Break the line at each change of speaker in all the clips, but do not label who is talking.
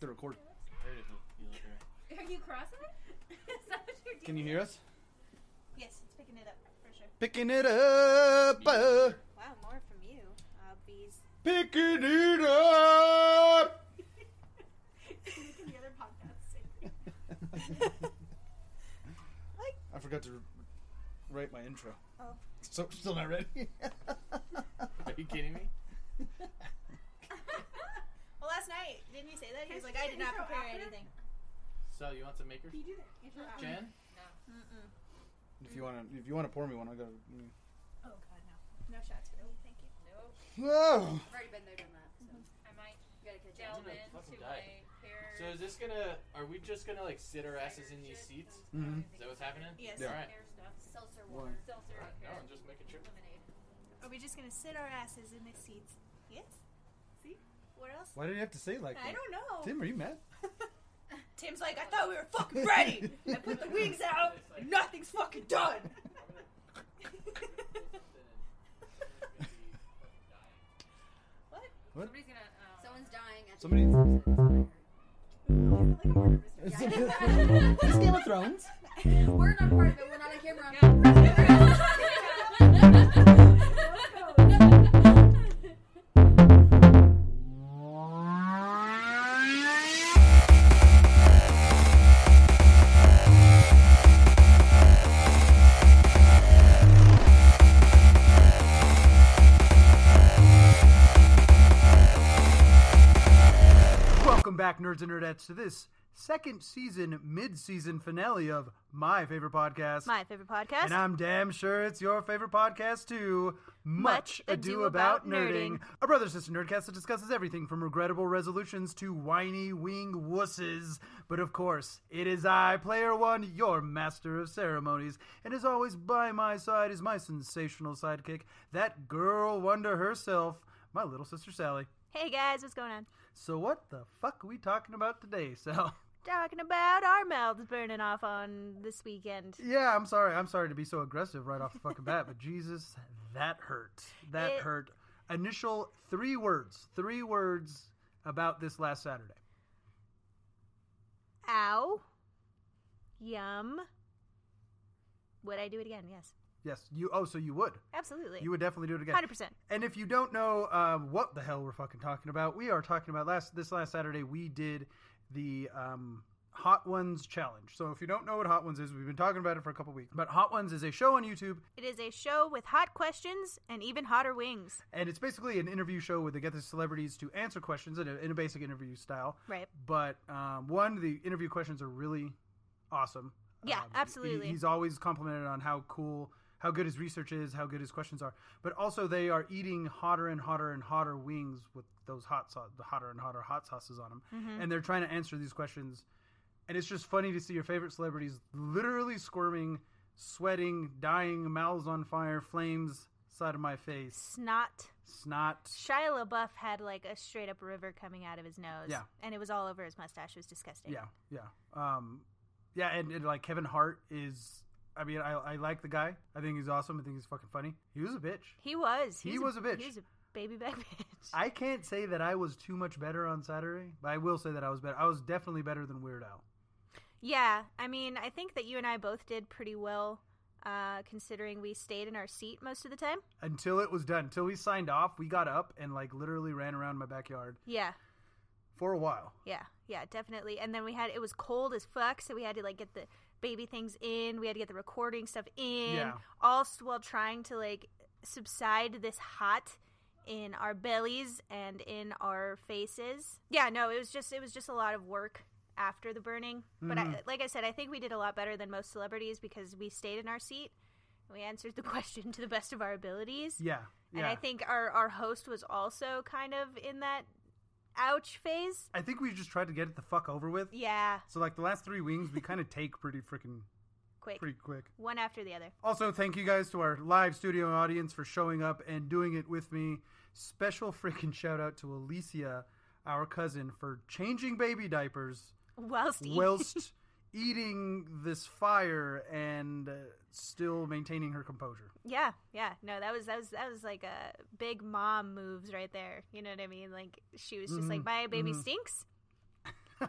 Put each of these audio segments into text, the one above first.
The record.
There it is. You look right.
Are you crossing it? Is that what you're doing?
Can you hear us?
Yes, it's picking it up for sure.
Picking it up. uh,
Wow, more from you, uh, Obvies.
picking it up.
Making the other podcast sing.
I forgot to write my intro.
Oh.
So still not ready.
Are you kidding me?
well, last night, didn't you say that? He was
Can't
like, I
you
did
do the
not
intro
prepare
after?
anything.
So you want some makers?
You do the intro after.
Jen?
if you wanna, if you wanna pour me one, I gotta. mm.
Oh god, no. No shots for me, thank you.
Nope.
Whoa.
I've already been there, done that. So
I might
you gotta catch
delve
up.
gonna fucking
into my
die.
hair.
So is this gonna? Are we just gonna like sit our asses in these seats?
Mhm.
Is that what's happening?
Yes.
Yeah.
All right.
Hair stuff.
Seltzer
Water.
water.
Seltzer
All right. No,
hair.
I'm just making sure.
Lemonade.
Are we just gonna sit our asses in the seats?
Yes.
See?
What else?
Why did you have to say it like
I
that?
don't know.
Tim, are you mad?
Tim's like, I thought we were fucking ready. I put the wings out. Nothing's fucking done. what?
What?
Somebody's gonna. Uh,
Someone's dying at
Somebody-
the
Is this Game of Thrones?
We're not part of it, we're not on camera.
Welcome back, nerds and nerdettes, to this second season, mid-season finale of my favorite podcast.
My favorite podcast.
And I'm damn sure it's your favorite podcast too. Much, Ado About nerding. a brother sister nerdcast that discusses everything from regrettable resolutions to whiny wing wusses. But of course, it is I, Player One, your master of ceremonies. And as always, by my side is my sensational sidekick, that girl wonder herself, my little sister Sally.
hey guys, what's going on?
So what the fuck are we talking about today, Sal?
Talking about our mouths burning off on this weekend.
Yeah, I'm sorry. I'm sorry to be so aggressive right off the fucking bat, but Jesus, that hurt. That
It-
hurt. Initial three words, three words about this last Saturday.
Ow. Yum. Would I do it again? Yes.
Yes, you. Oh, so you would.
Absolutely.
You would definitely do it again.
100%.
And if you don't know um, what the hell we're fucking talking about, we are talking about last this last Saturday we did the um, Hot Ones challenge. So if you don't know what Hot Ones is, we've been talking about it for a couple weeks. But Hot Ones is a show on YouTube
It is a show with hot questions and even hotter wings.
and it's basically an interview show where they get the celebrities to answer questions in a, in a basic interview style.
Right.
But um, one, the interview questions are really awesome.
Yeah,
Um, he-
absolutely.
he's always complimented on how cool, how good his research is, how good his questions are. But also, they are eating hotter and hotter and hotter wings with those hot sauce, the hotter and hotter hot sauces on them,
Mm-hmm.
and they're trying to answer these questions. And it's just funny to see your favorite celebrities literally squirming, sweating, dying, mouths on fire, flames side of my face,
Snot.
snot.
Shia LaBeouf had like a straight up river coming out of his nose.
Yeah.
And it was all over his mustache. It was disgusting.
Yeah, yeah, um, yeah, and, and like Kevin Hart is. I mean, I, I like the guy. I think he's awesome. I think he's fucking funny. He was a bitch.
He was.
He was a bitch.
He was a baby back bitch.
I can't say that I was too much better on Saturday, but I will say that I was better. I was definitely better than Weird Al.
yeah. I mean, I think that you and I both did pretty well uh, considering we stayed in our seat most of the time.
Until it was done, until we signed off, we got up and like literally ran around my backyard
Yeah.
for a while.
Yeah, yeah, definitely. And then we had it was cold as fuck, so we had to like get the baby things in. We had to get the recording stuff in,
Yeah.
all s- while trying to like subside this hot in our bellies and in our faces. Yeah, no, it was just it was just a lot of work after the burning. But
Mm-hmm.
I, like I said, I think we did a lot better than most celebrities because we stayed in our seat. and We answered the question to the best of our abilities.
Yeah, yeah.
And I think our, our host was also kind of in that ouch phase.
I think we just tried to get it the fuck over with.
Yeah,
So like the last three wings, we kind of take pretty freaking
quick.
pretty quick.
One after the other.
Also, thank you guys to our live studio audience for showing up and doing it with me. Special freaking shout out to Alicia, our cousin, for changing baby diapers.
Whilst eating.
whilst eating this fire and uh, still maintaining her composure.
yeah, yeah. No, that was that was that was like a big
Mm-hmm.
mom moves right there. You know what I mean? Like she was just like, My baby stinks.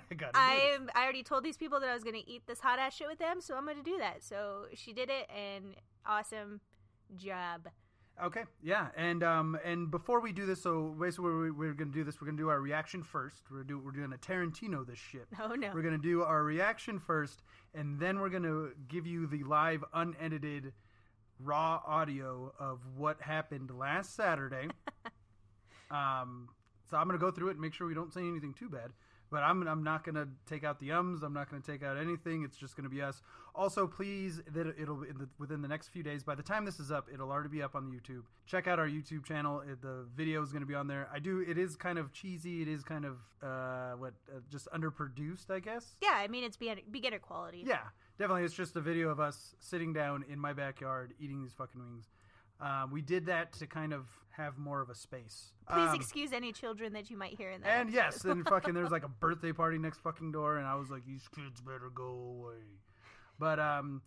I got
I I already told these people that I was gonna eat this hot ass shit with them, so I'm gonna do that. So she did it, and awesome job.
Okay, yeah, and um, and before we do this, so basically we're, we're gonna do this. We're gonna do our reaction first. We're do we're doing a Tarantino this shit.
Oh no,
We're gonna do our reaction first, and then we're gonna give you the live, unedited, raw audio of what happened last Saturday. um, so I'm gonna go through it and make sure we don't say anything too bad. But I'm I'm not gonna take out the ums. I'm not gonna take out anything. It's just gonna be us. Also, please that it'll in the, within the next few days. By the time this is up, it'll already be up on the YouTube. Check out our YouTube channel. It, the video is gonna be on there. I do. It is kind of cheesy. It is kind of uh, what uh, just underproduced, I guess.
yeah, I mean it's beginner, beginner quality.
Yeah, definitely. It's just a video of us sitting down in my backyard eating these fucking wings. Um, we did that to kind of have more of a space.
Please
Um,
excuse any children that you might hear in that.
And
episode.
yes, and fucking there's like a birthday party next fucking door, and I was like, these kids better go away. But um,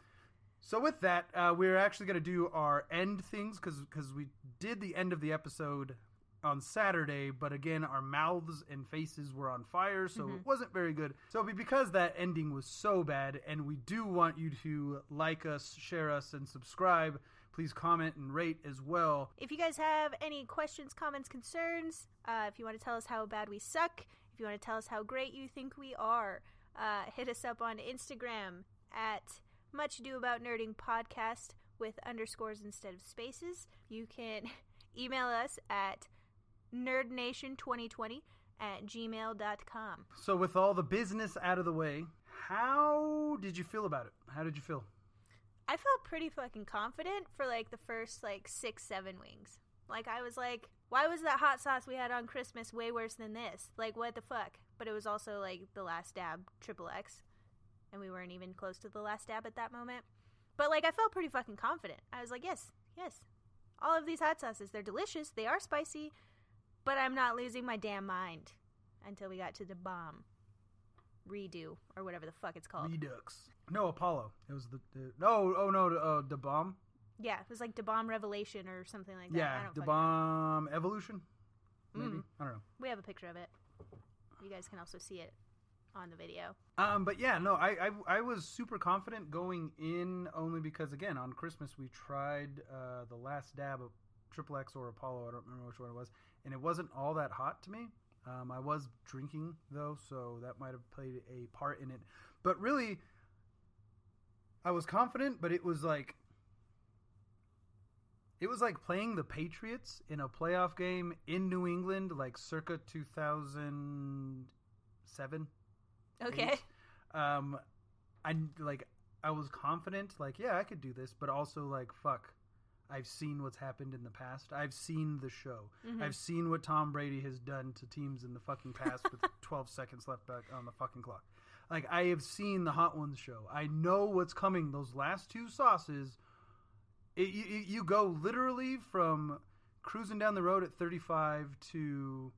so with that, uh, we're actually gonna do our end things because we did the end of the episode on Saturday, but again, our mouths and faces were on fire, so it wasn't very good. So be- because that ending was so bad, and we do want you to like us, share us, and subscribe. Please comment and rate as well.
If you guys have any questions, comments, concerns, uh, if you want to tell us how bad we suck, if you want to tell us how great you think we are, uh, hit us up on Instagram at Much Ado About Nerding Podcast with underscores instead of spaces. You can email us at nerdnation2020 at gmail.com.
So, with all the business out of the way, how did you feel about it? How did you feel?
I felt pretty fucking confident for like the first like six, seven wings. Like I was like, why was that hot sauce we had on Christmas way worse than this? Like what the fuck? But it was also like the last dab, triple X, and we weren't even close to the last dab at that moment. But like I felt pretty fucking confident. I was like, yes, yes, all of these hot sauces, they're delicious, they are spicy, but I'm not losing my damn mind until we got to the bomb redo or whatever the fuck it's called.
Redux. No, Apollo. It was the, the no. Oh no, uh, the bomb.
Yeah, it was like bomb Revelation or something like that. I
Yeah,
don't
the
fucking-
bomb evolution. Maybe
Mm.
I don't know.
We have a picture of it. You guys can also see it on the video.
Um, but yeah, no, I, I I was super confident going in only because again on Christmas we tried uh, the last dab of Triple X or Apollo. I don't remember which one it was, and it wasn't all that hot to me. Um, I was drinking though, so that might have played a part in it. But really, I was confident, but it was like it was like playing the Patriots in a playoff game in New England, like circa two thousand seven
Okay.
eight. Um, I like I was confident, like yeah, I could do this, but also like fuck, I've seen what's happened in the past. I've seen the show. I've seen what Tom Brady has done to teams in the fucking past with 12 seconds left back on the fucking clock. Like I have seen the Hot Ones show. I know what's coming. Those last two sauces, it, you, you- you go literally from cruising down the road at 35 to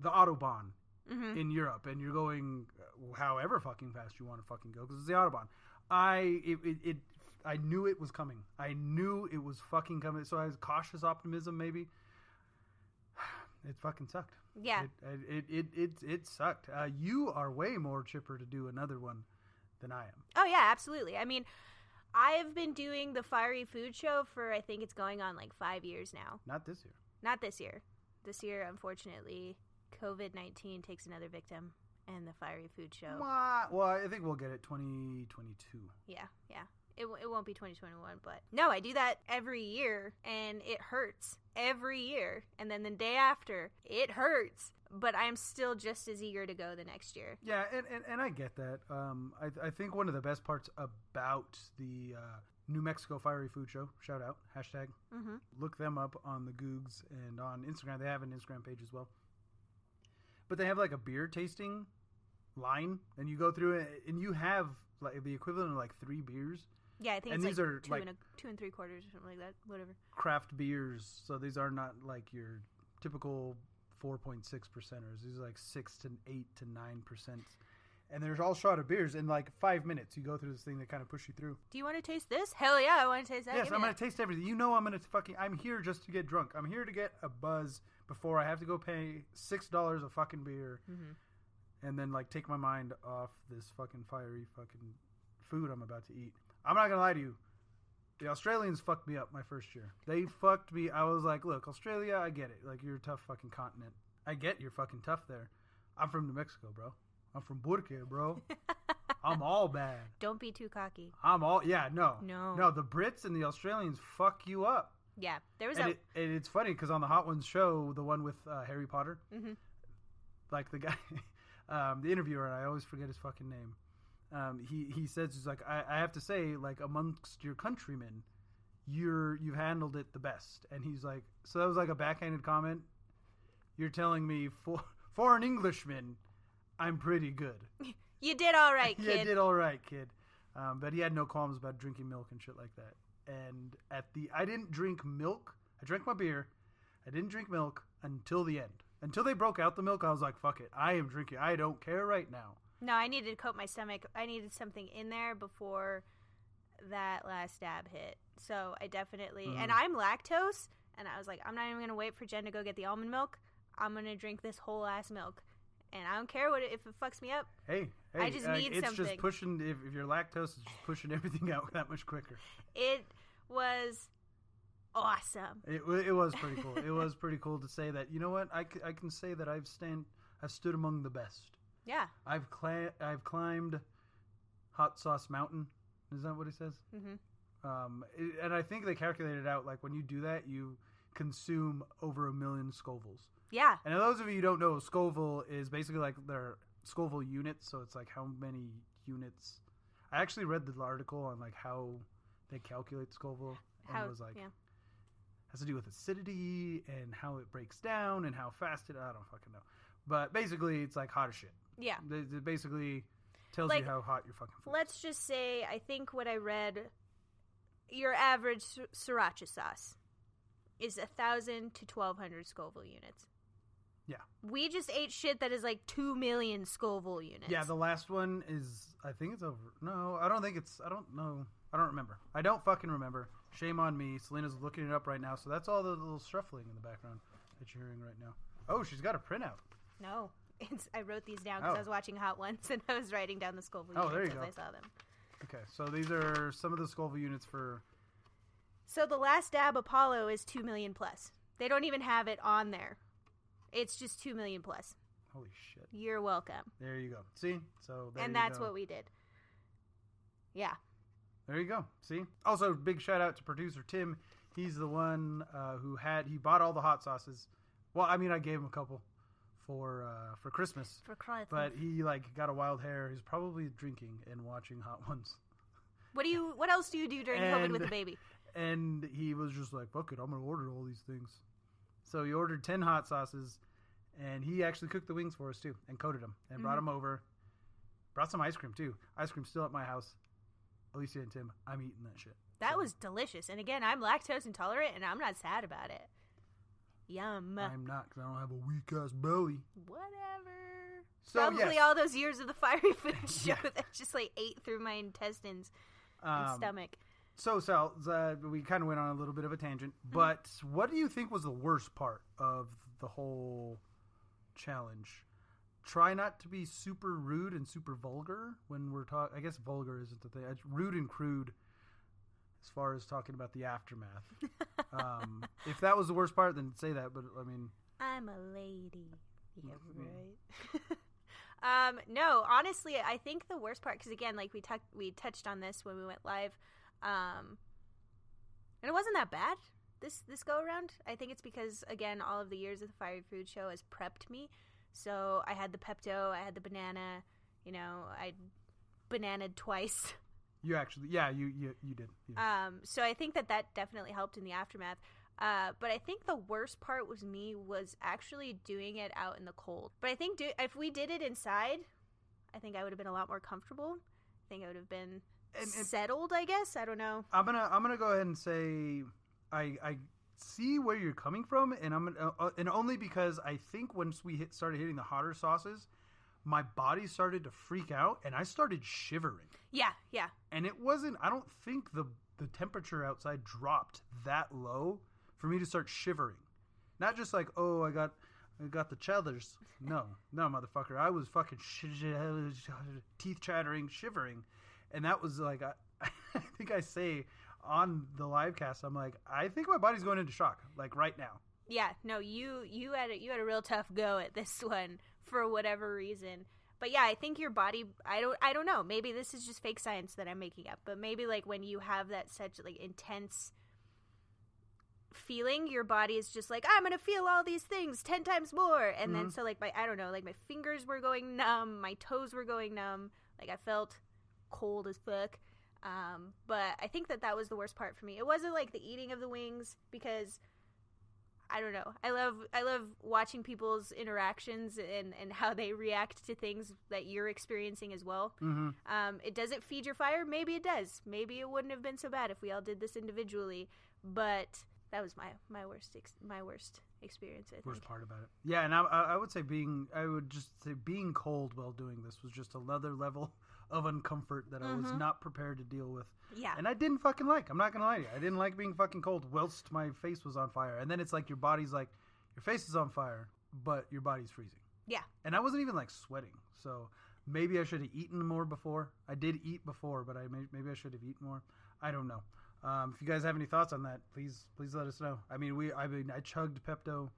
the autobahn
Mm-hmm.
in Europe, and you're going uh, however fucking fast you want to fucking go because it's the autobahn. I it, it, it I knew it was coming. I knew it was fucking coming. So I was cautious optimism. Maybe it fucking sucked.
Yeah.
It it it it, it, it sucked. Uh, you are way more chipper to do another one than I am.
Oh yeah, absolutely. I mean, I've been doing the fiery food show for I think it's going on like five years now.
Not this year.
Not this year. This year, unfortunately, COVID nineteen takes another victim, and the fiery food show.
Mwah. Well, I think we'll get it twenty twenty two.
Yeah, yeah. It, w- it won't be 2021, but no, I do that every year and it hurts every year. And then the day after, it hurts, but I'm still just as eager to go the next year.
Yeah, and, and, and I get that. Um, I, I think one of the best parts about the uh, New Mexico Fiery Food Show, shout out, hashtag,
Mhm.
look them up on the Googs and on Instagram. They have an Instagram page as well. But they have like a beer tasting line, and you go through it, and you have like the equivalent of like three beers,
Yeah, I think
And
it's
these
like,
are,
two,
like-
and a, two and three quarters or something like that. Whatever.
craft beers. So these are not like your typical 4.6 percenters. These are like 6 to 8 to 9 percent. And there's all shot of beers in like five minutes. You go through this thing that kind of push you through.
Do you want to taste this? Hell yeah, I want to taste that.
yes,
Give me
I'm going
that.
to taste everything. You know, I'm going to fucking. I'm here just to get drunk. I'm here to get a buzz before I have to go pay six dollars a fucking beer and then like take my mind off this fucking fiery fucking food I'm about to eat. I'm not gonna lie to you. The Australians fucked me up my first year. They fucked me. I was like, look, Australia, I get it. Like you're a tough fucking continent. I get you're fucking tough there. I'm from New Mexico, bro. I'm from Burke, bro. I'm all bad.
Don't be too cocky.
I'm all yeah. No,
No.
no. The Brits and the Australians fuck you up.
Yeah, there was
And,
a
it, and it's funny because on the Hot Ones show, the one with uh, Harry Potter,
Mhm.
like the guy, um, the interviewer, and I always forget his fucking name. Um, he he says he's like I, I have to say like amongst your countrymen, you're you've handled it the best. And he's like, so that was like a backhanded comment. You're telling me for for an Englishman, I'm pretty good.
you did all right,
Yeah,
kid.
did all right, kid. Um, but he had no qualms about drinking milk and shit like that. And at the, I didn't drink milk. I drank my beer. I didn't drink milk until the end. Until they broke out the milk, I was like, "Fuck it, I am drinking. I don't care right now."
No, I needed to coat my stomach. I needed something in there before that last dab hit. So I definitely
Mm.
and I'm lactose and I was like, I'm not even gonna wait for Jen to go get the almond milk. I'm gonna drink this whole ass milk. And I don't care what it, if it fucks me up.
Hey, hey
I just
uh,
need
it's just
something.
pushing. If, if you're lactose, it's just pushing everything out that much quicker.
It was awesome.
It, wa- it was pretty cool. it was pretty cool to say that. You know what? I, c- I can say that I've stand I've stood among the best.
Yeah.
I've cla- I've climbed Hot Sauce Mountain. Is that what he says?
Mhm.
Mm-hmm. Um, i- and I think they calculated out like when you do that, you consume over a million Scovilles.
Yeah.
And those of you who don't know, Scoville is basically like their Scoville units. So it's like how many units. I actually read the article on like how they calculate Scoville. And
How
was like
yeah.
has to do with acidity and how it breaks down and how fast it. I don't fucking know. But basically, it's like hot as shit.
Yeah.
They- they basically tells
Like,
you how hot your fucking food. is.
Let's just say I think what I read your average s- sriracha sauce is a thousand to twelve hundred Scoville units.
Yeah.
We just ate shit that is like two million Scoville units.
Yeah, the last one is. I think it's over. No, I don't think it's. I don't know. I don't remember. I don't fucking remember. Shame on me. Selena's looking it up right now, so that's all the little shuffling in the background that you're hearing right now. Oh, she's got a printout.
no, it's I wrote these down because
Oh.
I was watching Hot Ones and I was writing down the Scoville
Oh,
units
there you
as
go.
I saw them.
Okay, so these are some of the Scoville units for.
So the last dab Apollo is two million plus. They don't even have it on there. It's just two million plus.
Holy shit!
You're welcome.
There you go. See, so there
and
you
that's
go.
what we did. Yeah.
There you go. See. Also, big shout out to producer Tim. He's the one uh, who had he bought all the hot sauces. Well, I mean, I gave him a couple for uh, for Christmas,
For Christ's
but he like got a wild hair. He's probably drinking and watching Hot Ones,
What do you? What else do you do during COVID with
And-
a baby?
and he was just like, "Fuck it, I'm gonna order all these things." So he ordered ten hot sauces, and he actually cooked the wings for us too, and coated them, and brought 'em brought them over. Brought some ice cream too. Ice cream still at my house. Alicia and Tim, I'm eating that shit.
That was delicious. And again, I'm lactose intolerant, and I'm not sad about it. Yum.
I'm not because I don't have a weak ass belly.
Whatever.
So,
Probably
yes.
all those years of the fiery food show that just like ate through my intestines and
Um,
stomach.
So, Sal, uh, we kind of went on a little bit of a tangent, but what do you think was the worst part of the whole challenge? Try not to be super rude and super vulgar when we're talking. I guess vulgar isn't the thing. It's rude and crude as far as talking about the aftermath. um, if that was the worst part, then say that. But I mean,
I'm a lady. Yeah,
Mm-hmm.
right. um, no, honestly, I think the worst part because again, like we tuck we touched on this when we went live, um, and it wasn't that bad this this go around. I think it's because again, all of the years of the fiery food show has prepped me, so I had the Pepto, I had the banana, you know, I bananaed twice.
you actually, yeah, you you, you did. You did.
Um, so I think that that definitely helped in the aftermath. Uh, but I think the worst part was me was actually doing it out in the cold. But I think do, if we did it inside, I think I would have been a lot more comfortable. I think I would have been
And- and-
settled. I guess I don't know.
I'm gonna I'm gonna go ahead and say I I see where you're coming from, and I'm gonna, uh, and only because I think once we hit, started hitting the hotter sauces, my body started to freak out, and I started shivering.
Yeah, yeah,
And it wasn't I don't think the the temperature outside dropped that low for me to start shivering. Not just like oh I got I got the chethers. No, no, motherfucker. I was fucking sh- sh- sh- teeth chattering, shivering, and that was like I, I think I say on the live cast, I'm like, I think my body's going into shock, like right now.
yeah no you you had a, you had a real tough go at this one for whatever reason but yeah i think your body i don't i don't know maybe this is just fake science that i'm making up but maybe like when you have that such like intense feeling your body is just like i'm gonna feel all these things 10 times more and then so like my i don't know like my fingers were going numb my toes were going numb like i felt cold as fuck um, but i think that that was the worst part for me it wasn't like the eating of the wings because I don't know. I love I love watching people's interactions and, and how they react to things that you're experiencing as well.
Mhm.
Um, it doesn't feed your fire. Maybe it does. Maybe it wouldn't have been so bad if we all did this individually. But that was my my worst ex- my worst experience. I think.
Worst part about it. Yeah, and I, I I would say being, I would just say being cold while doing this was just another level of uncomfort that I
Mm-hmm.
was not prepared to deal with.
Yeah.
And I didn't fucking like. I'm not gonna lie to you. I didn't like being fucking cold whilst my face was on fire. And then it's like your body's like, your face is on fire, but your body's freezing.
Yeah.
And I wasn't even like sweating. So maybe I should have eaten more before. I did eat before, but I may, maybe I should have eaten more. I don't know. Um, if you guys have any thoughts on that, please please let us know. I mean, we I mean I chugged Pepto.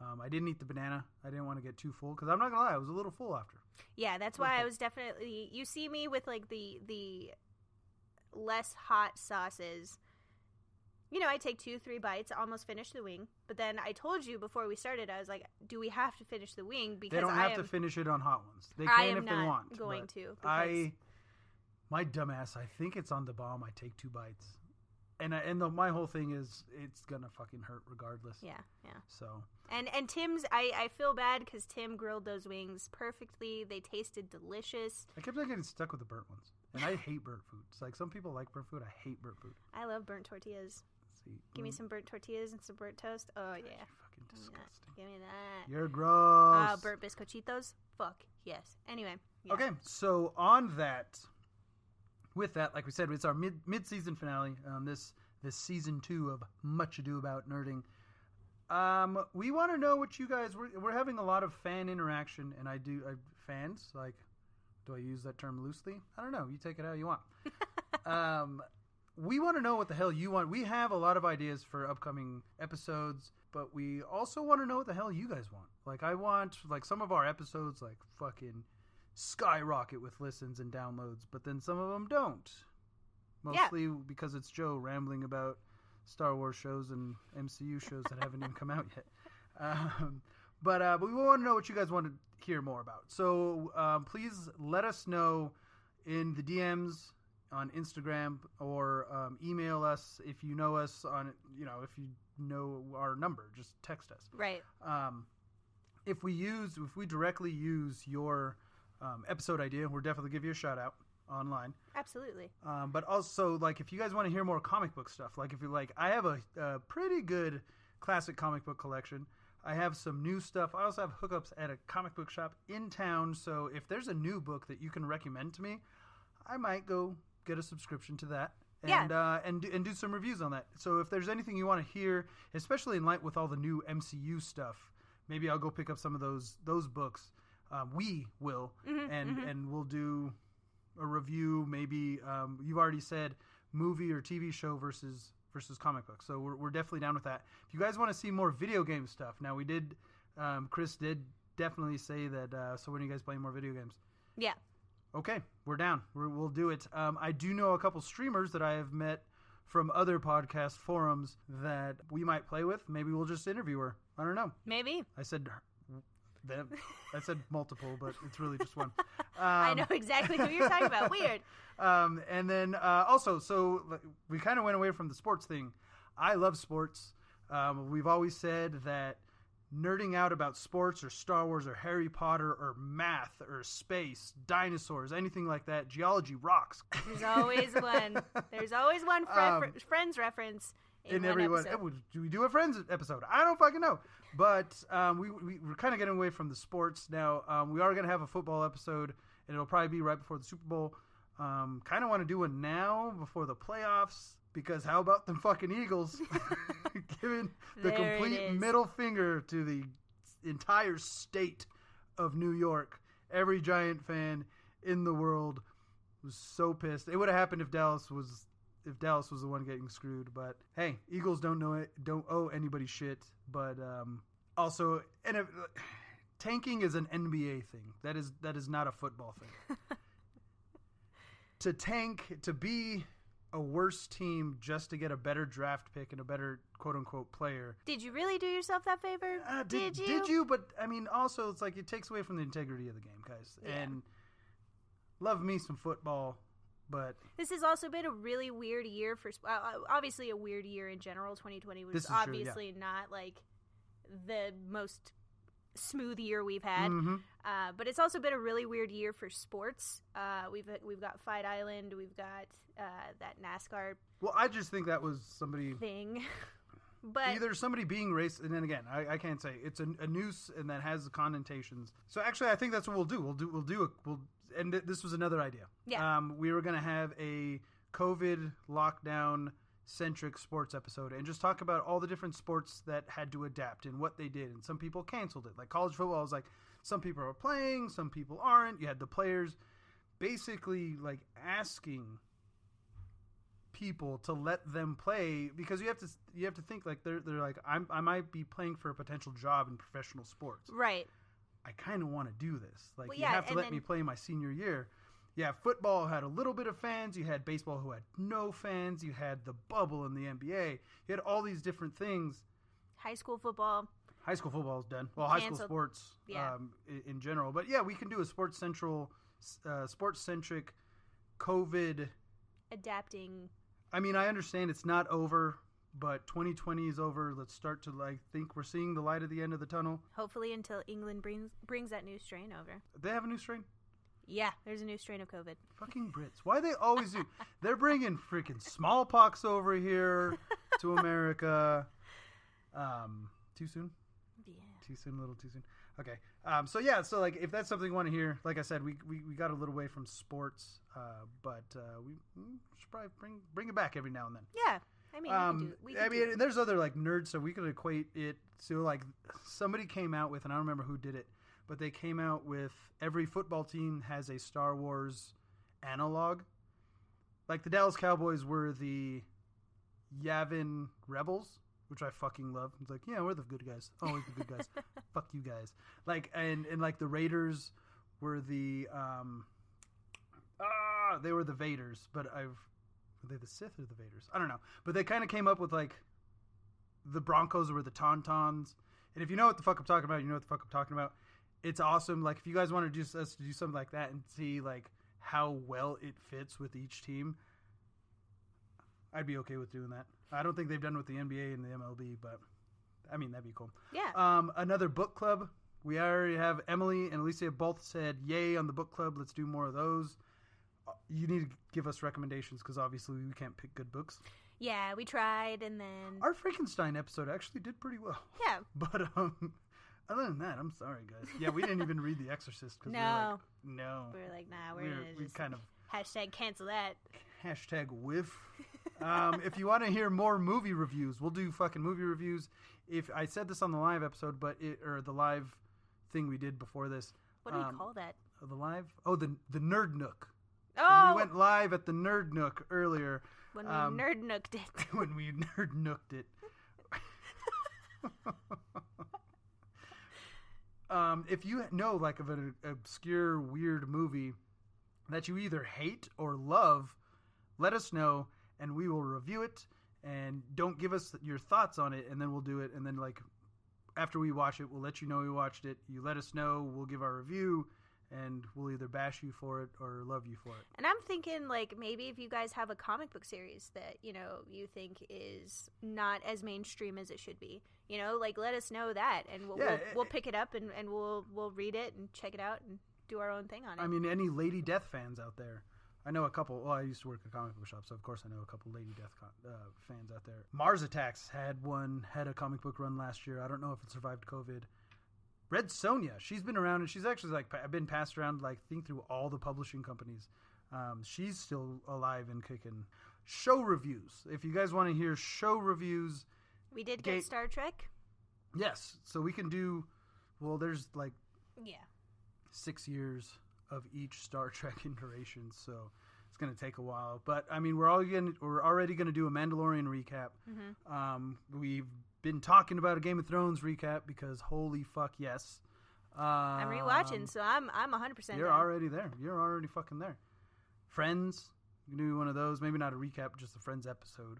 Um, I didn't eat the banana. I didn't want to get too full because I'm not gonna lie, I was a little full after.
Yeah, that's why I was definitely. You see me with like the the less hot sauces. You know, I take two, three bites, almost finish the wing. But then I told you before we started, I was like, "Do we have to finish the wing?" Because
They don't
I
have
am,
to finish it on hot ones. They
I
can
am
if they
not
want.
going
but
to,
I, my dumbass, I think it's on the bomb. I take two bites, and I, and the, my whole thing is it's gonna fucking hurt regardless.
yeah, yeah.
So
And and Tim's, I I feel bad because Tim grilled those wings perfectly. They tasted delicious.
I kept on getting stuck with the burnt ones, and I hate burnt food. It's like some people like burnt food. I hate burnt food.
I love burnt tortillas.
See,
Give me some burnt tortillas and some burnt toast. Oh yeah,
fucking
Give me that.
disgusting.
Give me that.
You're
Ah,
gross.
burnt biscochitos. Fuck yes. Anyway. yeah.
Okay, so on that, with that, like we said, it's our mid mid season finale. Um, this this season two of Much Ado About Nerding. Um, we want to know what you guys we're, we're having a lot of fan interaction, and I do I, fans like. Do I use that term loosely? I don't know. You take it how you want. um, we want to know what the hell you want. We have a lot of ideas for upcoming episodes, but we also want to know what the hell you guys want. Like, I want like some of our episodes like fucking skyrocket with listens and downloads, but then some of them don't.
Yeah.
Mostly because it's Joe rambling about Star Wars shows and MCU shows that haven't even come out yet. Um, but uh, but we want to know what you guys want to hear more about. So um, please let us know in the DMs on Instagram or um, email us if you know us on you know if you know our number. Just text us
Right.
um, if we use if we directly use your um, episode idea we'll definitely give you a shout out online
Absolutely.
um, but also like if you guys want to hear more comic book stuff like if you like i have a, a pretty good classic comic book collection i have some new stuff i also have hookups at a comic book shop in town so if there's a new book that you can recommend to me i might go get a subscription to that
Yeah.
and uh, and do- and do some reviews on that. So if there's anything you want to hear, especially in light with all the new MCU stuff, maybe I'll go pick up some of those those books. Um, we will, and and we'll do a review. Maybe um, you've already said movie or TV show versus versus comic book. So we're, we're definitely down with that. If you guys want to see more video game stuff, now we did. Um, Chris did definitely say that. Uh, so when are you guys playing more video games?
Yeah.
Okay, we're down. We're, we'll do it. Um, I do know a couple streamers that I have met from other podcast forums that we might play with. Maybe we'll just interview her. I don't know.
Maybe.
I said them. I said multiple, but it's really just one. Um,
I know exactly who you're talking about. Weird.
um, and then uh, also, so like, we kind of went away from the sports thing. I love sports. Um, we've always said that nerding out about sports or Star Wars or Harry Potter or math or space, dinosaurs, anything like that, geology rocks.
There's always one. There's always one fre-
Um,
fr- friends reference in,
in
one
everyone.
episode.
Do we do a Friends episode? I don't fucking know. But um, we, we, we're kind of getting away from the sports now. Um, we are going to have a football episode, and it'll probably be right before the Super Bowl. Um, kind of want to do one now before the playoffs because how about the fucking Eagles giving the
There it
complete
is.
middle finger to the entire state of New York. Every Giant fan in the world was so pissed. It would have happened if Dallas was if Dallas was the one getting screwed, but hey, Eagles don't know it, don't owe anybody shit. But um, also, and if, tanking is an NBA thing. That is that is not a football thing. to tank, to be a worse team just to get a better draft pick and a better quote unquote player.
Did you really do yourself that favor?
Uh, did,
you?
Did you? But I mean, also, it's like it takes away from the integrity of the game, guys.
Yeah.
And love me some football, but
This has also been a really weird year for sp- uh, uh, obviously a weird year in general. 2020
This
was
is true, yeah.
obviously not like the most smooth year we've had.
Mhm.
Uh, but it's also been a really weird year for sports. Uh, we've we've got Fight Island, we've got uh, that NASCAR
well, I just think that was somebody
thing. but
either somebody being racist, and then again, I, I can't say it's a, a noose, and that has connotations. So actually, I think that's what we'll do. We'll do. We'll do. A, we'll. And th- this was another idea.
Yeah.
Um, we were gonna have a COVID lockdown centric sports episode and just talk about all the different sports that had to adapt and what they did and some people canceled it like college football was like some people are playing some people aren't you had the players basically like asking people to let them play because you have to you have to think like they're they're like I'm, I might be playing for a potential job in professional sports.
right,
I kind of want to do this. Like
Well,
you
yeah,
have to
and
let
then-
me play my senior year. Yeah, football had a little bit of fans. You had baseball who had no fans. You had the bubble in the NBA. You had all these different things.
high school football.
High school football is done. Well, high school
Canceled.
sports
Yeah.
um, in, in general. But yeah, we can do a sports central, uh, sports centric, COVID
adapting.
I mean, I understand it's not over, but 2020 is over. Let's start to like think we're seeing the light at the end of the tunnel.
Hopefully, until England brings brings that new strain over.
They have a new strain.
Yeah, there's a new strain of COVID.
Fucking Brits. Why they always do? They're bringing freaking smallpox over here to America. Um, too soon.
Yeah.
Too soon. A little too soon. Okay. Um, so yeah. So like, if that's something you want to hear, like I said, we, we, we got a little way from sports, uh, but uh, we, we should probably bring bring it back every now and then.
Yeah. I mean,
Um, I
we can do, we can
mean,
do
and there's other like nerd stuff. We could equate it to like somebody came out with, and I don't remember who did it, but they came out with every football team has a Star Wars analog. Like the Dallas Cowboys were the Yavin Rebels, which I fucking love. It's like, yeah, we're the good guys. Always the good guys. Fuck you guys. Like and and like the Raiders were the um ah they were the Vaders, but I've were they the Sith or the Vaders? I don't know. But they kind of came up with like the Broncos were the Tauntauns. And if you know what the fuck I'm talking about, you know what the fuck I'm talking about. It's awesome. Like if you guys want to do us to do something like that and see like how well it fits with each team, I'd be okay with doing that. I don't think they've done it with the NBA and the MLB, but I mean that'd be cool.
yeah.
Um, another book club. We already have Emily and Alicia both said yay on the book club. Let's do more of those. Uh, You need to give us recommendations because obviously we can't pick good books.
yeah, we tried and then
Our Frankenstein episode actually did pretty well.
yeah.
But um, other than that, I'm sorry, guys. Yeah, we didn't even read The Exorcist because
No.
we were like, no.
We were like, nah, we're,
We
gonna
we
just
kind of
hashtag cancel that.
hashtag whiff. Um, if you want to hear more movie reviews, we'll do fucking movie reviews. If I said this on the live episode, but it or the live thing we did before this,
What do
um,
we call that?
the live? Oh, the the Nerd Nook. When
Oh,
we went live at the Nerd Nook earlier
when we
um,
nerd nooked it.
when we Nerd Nooked it. um, if you know like of an obscure weird movie that you either hate or love, let us know and we will review it. And don't give us your thoughts on it, and then we'll do it. And then like after we watch it, we'll let you know we watched it. You let us know, we'll give our review, and we'll either bash you for it or love you for it.
And I'm thinking, like, maybe if you guys have a comic book series that, you know, you think is not as mainstream as it should be, you know, like, let us know that and we'll,
Yeah, eh,
we'll,
it-
we'll pick it up and, and we'll, we'll read it and check it out and do our own thing on it.
I mean, any Lady Death fans out there? I know a couple. Well, I used to work at a comic book shop, so of course I know a couple Lady Death con- uh, fans out there. Mars Attacks had one, had a comic book run last year. I don't know if it survived COVID. Red Sonia, she's been around and she's actually like pa- been passed around like think through all the publishing companies. Um, she's still alive and kicking. Show reviews. If you guys want to hear show reviews,
we did
Ga-
get Star Trek.
Yes, so we can do Well, there's like
Yeah.
six years of each Star Trek iteration, so it's going to take a while. But I mean, we're all gonna, we're already going to do a Mandalorian recap.
Mm-hmm.
Um, we've been talking about a Game of Thrones recap because holy fuck, yes. Um,
I'm rewatching, so I'm I'm 100%
You're
down.
already there. You're already fucking there. Friends, you do one of those. Maybe not a recap, just a Friends episode.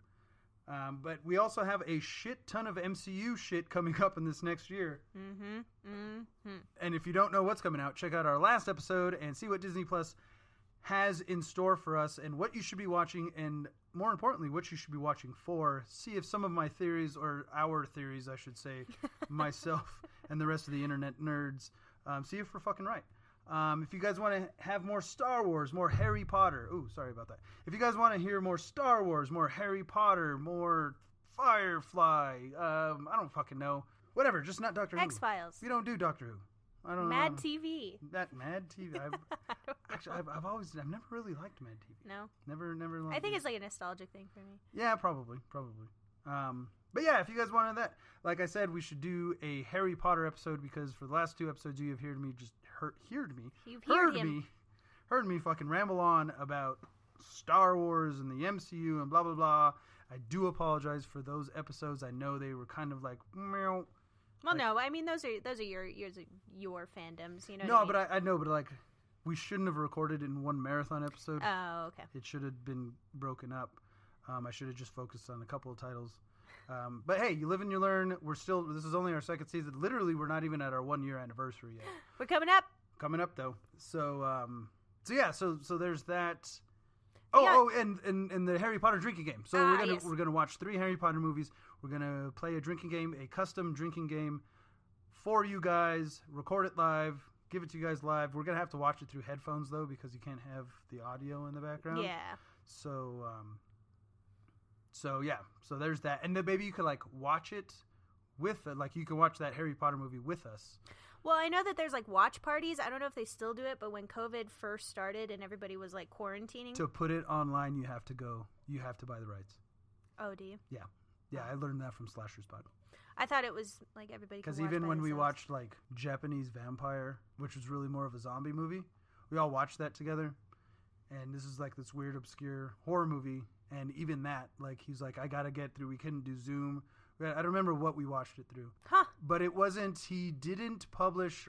Um, but we also have a shit ton of MCU shit coming up in this next year.
Mhm. Mhm.
And if you don't know what's coming out, check out our last episode and see what Disney Plus has in store for us and what you should be watching and more importantly what you should be watching for. See if some of my theories or our theories, I should say, myself and the rest of the internet nerds, um, see if we're fucking right. Um, if you guys want to have more Star Wars, more Harry Potter, ooh, sorry about that. If you guys want to hear more Star Wars, more Harry Potter, more Firefly, um, I don't fucking know. Whatever, just not Doctor Who.
X-Files.
We don't do Doctor Who. I don't
Mad
know.
TV.
That Mad TV. I've, actually, I've, I've always, I've never really liked Mad TV.
No.
Never, never liked.
I think
it.
it's like a nostalgic thing for me.
Yeah, probably, probably. Um, but yeah, if you guys wanted that, like I said, we should do a Harry Potter episode because for the last two episodes, you have heard me just heard, heard me,
You've heard him.
me, heard me fucking ramble on about Star Wars and the MCU and blah blah blah. I do apologize for those episodes. I know they were kind of like meow.
Well, no, I mean those are those are your yours are your fandoms, you know.
No, but I, I know, but like we shouldn't have recorded in one marathon episode.
Oh, okay.
It should have been broken up. Um, I should have just focused on a couple of titles. Um, but hey, you live and you learn. We're still. This is only our second season. Literally, we're not even at our one year anniversary yet.
We're coming up.
Coming up though. So um, so yeah. So so there's that. Oh
Yeah.
oh, and, and and the Harry Potter drinking game. So we're
Ah,
gonna
yes.
we're gonna watch three Harry Potter movies. We're gonna play a drinking game, a custom drinking game for you guys. Record it live. Give it to you guys live. We're gonna have to watch it through headphones though because you can't have the audio in the background.
Yeah.
So, um, so yeah, so there's that, and then maybe you could like watch it with, like, you can watch that Harry Potter movie with us.
Well, I know that there's like watch parties. I don't know if they still do it, but when COVID first started and everybody was like quarantining.
To put it online, you have to go, you have to buy the rights.
oh, do you?
Yeah, yeah, I learned that from Slasher Spot
I thought it was like everybody. could
because
watch
even
by
when we
themselves.
watched like Japanese Vampire, which was really more of a zombie movie, we all watched that together, and this is like this weird obscure horror movie, and even that, like, he's like, I gotta get through. We couldn't do Zoom. I don't remember what we watched it through.
Huh.
but it wasn't he didn't publish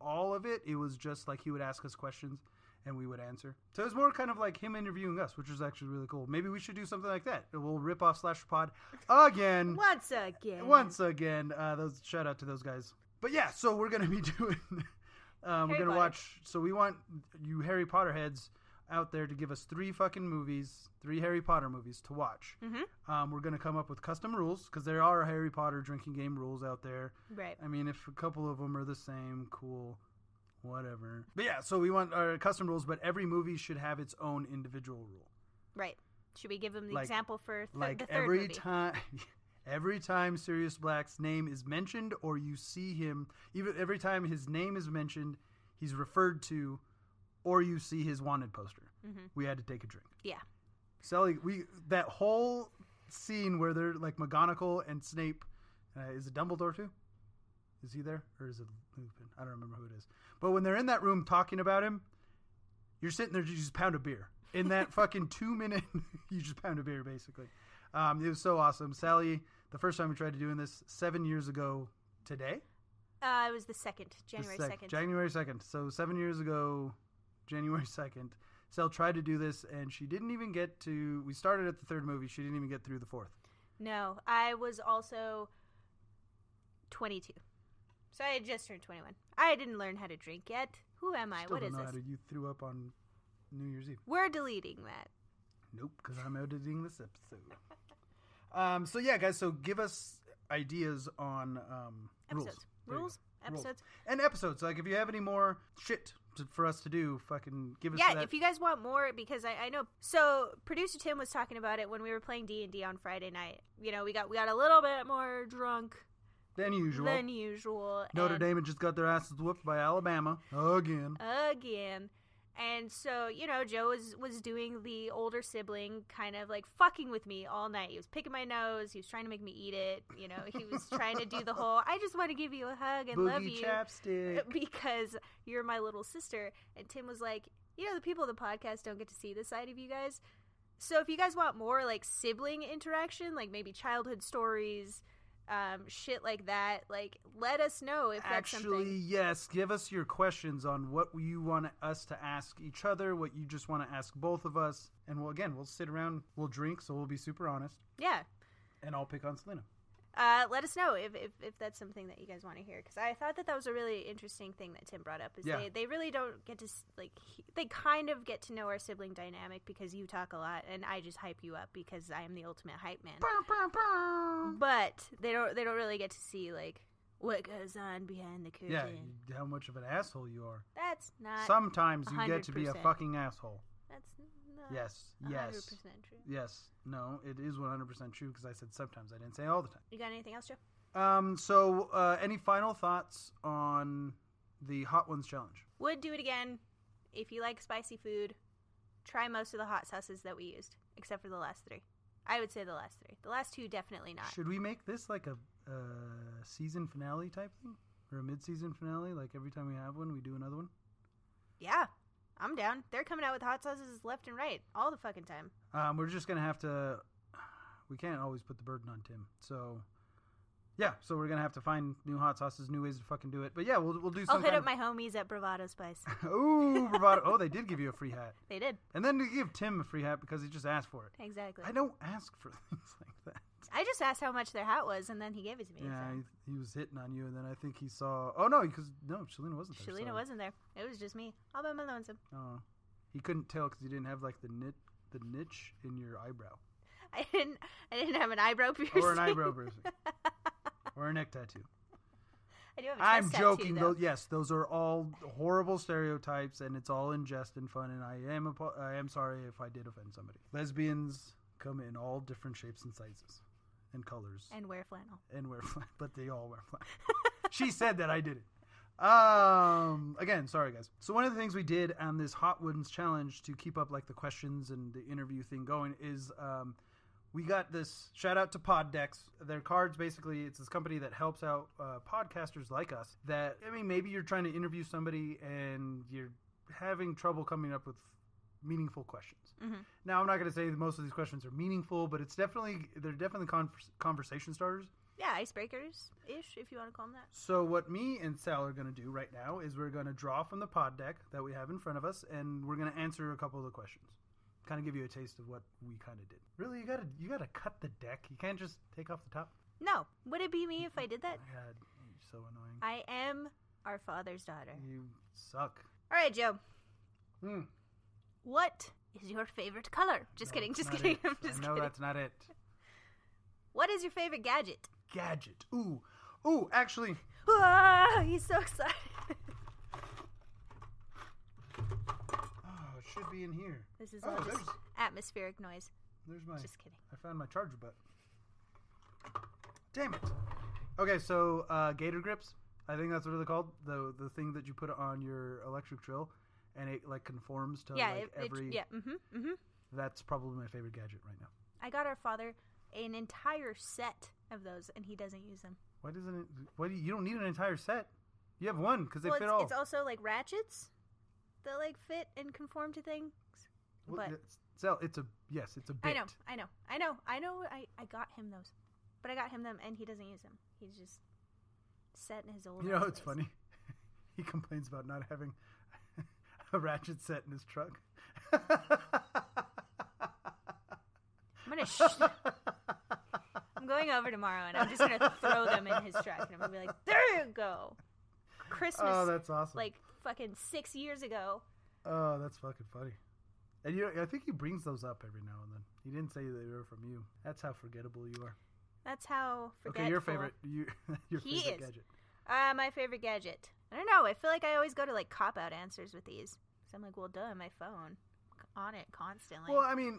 all of it it was just like he would ask us questions and we would answer so it was more kind of like him interviewing us which was actually really cool maybe we should do something like that we'll rip off slash pod again
Once again.
once again uh, those shout out to those guys but yeah so we're gonna be doing um, we're
Harry
gonna
Potter.
watch so we want you harry potter heads out there to give us three fucking movies three harry potter movies to watch
Mhm.
um, we're gonna come up with custom rules because there are harry potter drinking game rules out there
Right.
I mean, if a couple of them are the same, cool, whatever. But yeah, so we want our custom rules, but every movie should have its own individual rule.
Right. Should we give them the
Like-
example for th-
Like
the third
every
movie?
time, every time Sirius Black's name is mentioned or you see him, even every time his name is mentioned, he's referred to, or you see his wanted poster.
Mhm.
We had to take a drink.
Yeah.
Sally, we that whole scene where they're like McGonagall and Snape. Uh, is it Dumbledore too? Is he there or is it Lupin? I don't remember who it is. But when they're in that room talking about him, you're sitting there you just pound a beer in that fucking two minute. you just pound a beer basically. Um, it was so awesome. Sally, the first time we tried to doing this seven years ago today,
Uh, it was the second,
the
January
sec-
second.
January 2nd. So seven years ago, January 2nd, Sel tried to do this and she didn't even get to. We started at the third movie. She didn't even get through the fourth.
no, I was also twenty-two, so I had just turned twenty-one. I didn't learn how to drink yet. Who am I?
Still
what
don't
is
know
this?
how to, you threw up on New Year's Eve.
We're deleting that.
Nope, because I'm editing this episode. um, so yeah, guys. So give us ideas on um, rules,
Episodes,
There you go. Rules.
rules, episodes.
and episodes. Like if you have any more shit to, for us to do, fucking give us.
yeah
that.
if you guys want more because I, I know so producer tim was talking about it when we were playing d&d on friday night you know we got we got a little bit more drunk
than usual.
than usual
Notre
and
Dame had just got their asses whooped by Alabama again.
again And so, you know, Joe was, was doing the older sibling kind of like fucking with me all night. He was picking my nose. He was trying to make me eat it. You know, he was trying to do the whole, I just want to give you a hug and love
Boogie
you
chapstick.
because you're my little sister. And Tim was like, you know, the people of the podcast don't get to see this side of you guys. So if you guys want more like sibling interaction, like maybe childhood stories, um, shit like that, like let us know if that's
Actually,
something.
yes. Give us your questions on what you want us to ask each other, what you just want to ask both of us, and we'll again we'll sit around, we'll drink, so we'll be super honest,
Yeah.
and I'll pick on Selena.
Uh, let us know if, if, if that's something that you guys want to hear because I thought that that was a really interesting thing that Tim brought up is
Yeah.
they, they really don't get to s- like he, they kind of get to know our sibling dynamic because you talk a lot and I just hype you up because I am the ultimate hype man but they don't they don't really get to see like what goes on behind the curtain
Yeah, you- how much of an asshole you are.
that's not
Sometimes you get to be a
100%.
fucking asshole.
that's not
Yes,
100%
yes,
true
yes. No, it is 100% true because I said sometimes. I didn't say all the time.
you got anything else Joe
Um, so, uh, any final thoughts on the Hot Ones challenge?
would do it again if you like spicy food try most of the hot sauces that we used except for the last three I would say the last three the last two definitely not
Should we make this like a uh, season finale type thing? Or a mid season finale? Like every time we have one, we do another one?
yeah I'm down they're coming out with hot sauces left and right all the fucking time
Um, we're just going to have to. We can't always put the burden on Tim. So, yeah, so we're going to have to find new hot sauces, new ways to fucking do it. But yeah, we'll, we'll do some.
I'll hit
kind
up
of-
my homies at Bravado Spice
Ooh, bravado. oh, they did give you a free hat.
they did
And then they give Tim a free hat because he just asked for it.
exactly
I don't ask for things like that.
I just asked how much their hat was, and then he gave it to me.
Yeah,
so.
he, he was hitting on you, and then I think he saw. Oh no, because no, Shalina wasn't there.
Shalina
so-
wasn't there. It was just me all by my lonesome.
Oh, he couldn't tell because he didn't have like the knit, the niche in your eyebrow
I didn't. I didn't have an eyebrow piercing.
or an eyebrow bruising or a neck tattoo.
I do have a chest
I'm
tattoo,
joking.
though.
Though. Yes, those are all horrible stereotypes, and it's all in jest and fun. And I am apo- I am sorry if I did offend somebody. Lesbians come in all different shapes and sizes, and colors, and,
And wear flannel.
wear flat, but they all wear flat. she said that I did it. Um, again, sorry guys. So one of the things we did on this Hot Ones challenge to keep up like the questions and the interview thing going is um, we got this shout out to Poddex. Their cards basically, it's this company that helps out uh, podcasters like us. That I mean, maybe you're trying to interview somebody and you're having trouble coming up with meaningful questions.
Mhm.
Now, I'm not going to say that most of these questions are meaningful, but it's definitely they're definitely convers conversation starters.
Yeah, icebreakers ish, if you want to call them that.
So what me and Sal are going to do right now is we're going to draw from the pod deck that we have in front of us, and we're going to answer a couple of the questions. Kind of give you a taste of what we kind of did. Really, you gotta you gotta cut the deck. You can't just take off the top.
No, would it be me if I did that?
God, you're so annoying.
I am our father's daughter.
You suck.
All right, Joe.
Hmm.
What is your favorite color? Just
No,
kidding.
it's
Just
not
kidding.
it.
I'm just
I know
kidding.
that's not it.
What is your favorite gadget?
Gadget. Ooh, ooh. Actually,
Ah, he's so excited.
oh, it should be in here.
this is
Oh,
all just
there's-
atmospheric noise.
There's my.
Just kidding.
I found my charger butt. Damn it. Okay, so uh, gator grips. I think that's what they're called. The the thing that you put on your electric drill, and it like conforms to
yeah,
like
it, it-
every.
yeah. Mm-hmm. Mm-hmm.
That's probably my favorite gadget right now.
I got our father an entire set of those, and he doesn't use them.
Why doesn't it? Why do you, you don't need an entire set? You have one because they
well,
fit
it's,
all.
it's also like ratchets that like fit and conform to things.
Well,
but-
it's, so it's a yes, it's a bit.
I know, I know, I know, I know. I I got him those, but I got him them, and he doesn't use them. He's just set in his old.
You know,
ass
it's
ways.
funny. he complains about not having a ratchet set in his truck.
I'm gonna. Sh- I'm going over tomorrow, and I'm just gonna throw them in his truck, and I'm gonna be like, "There you go, Christmas."
Oh, that's awesome.
like fucking six years ago.
Oh, that's fucking funny. And you, I think he brings those up every now and then. He didn't say they were from you. That's how forgettable you are.
That's how. Forgetful.
Okay, your favorite, you, your
He
favorite
is.
gadget.
Uh, my favorite gadget. I don't know. I feel like I always go to like cop out answers with these. So I'm like, well, duh, my phone, C- on it constantly.
Well, I mean,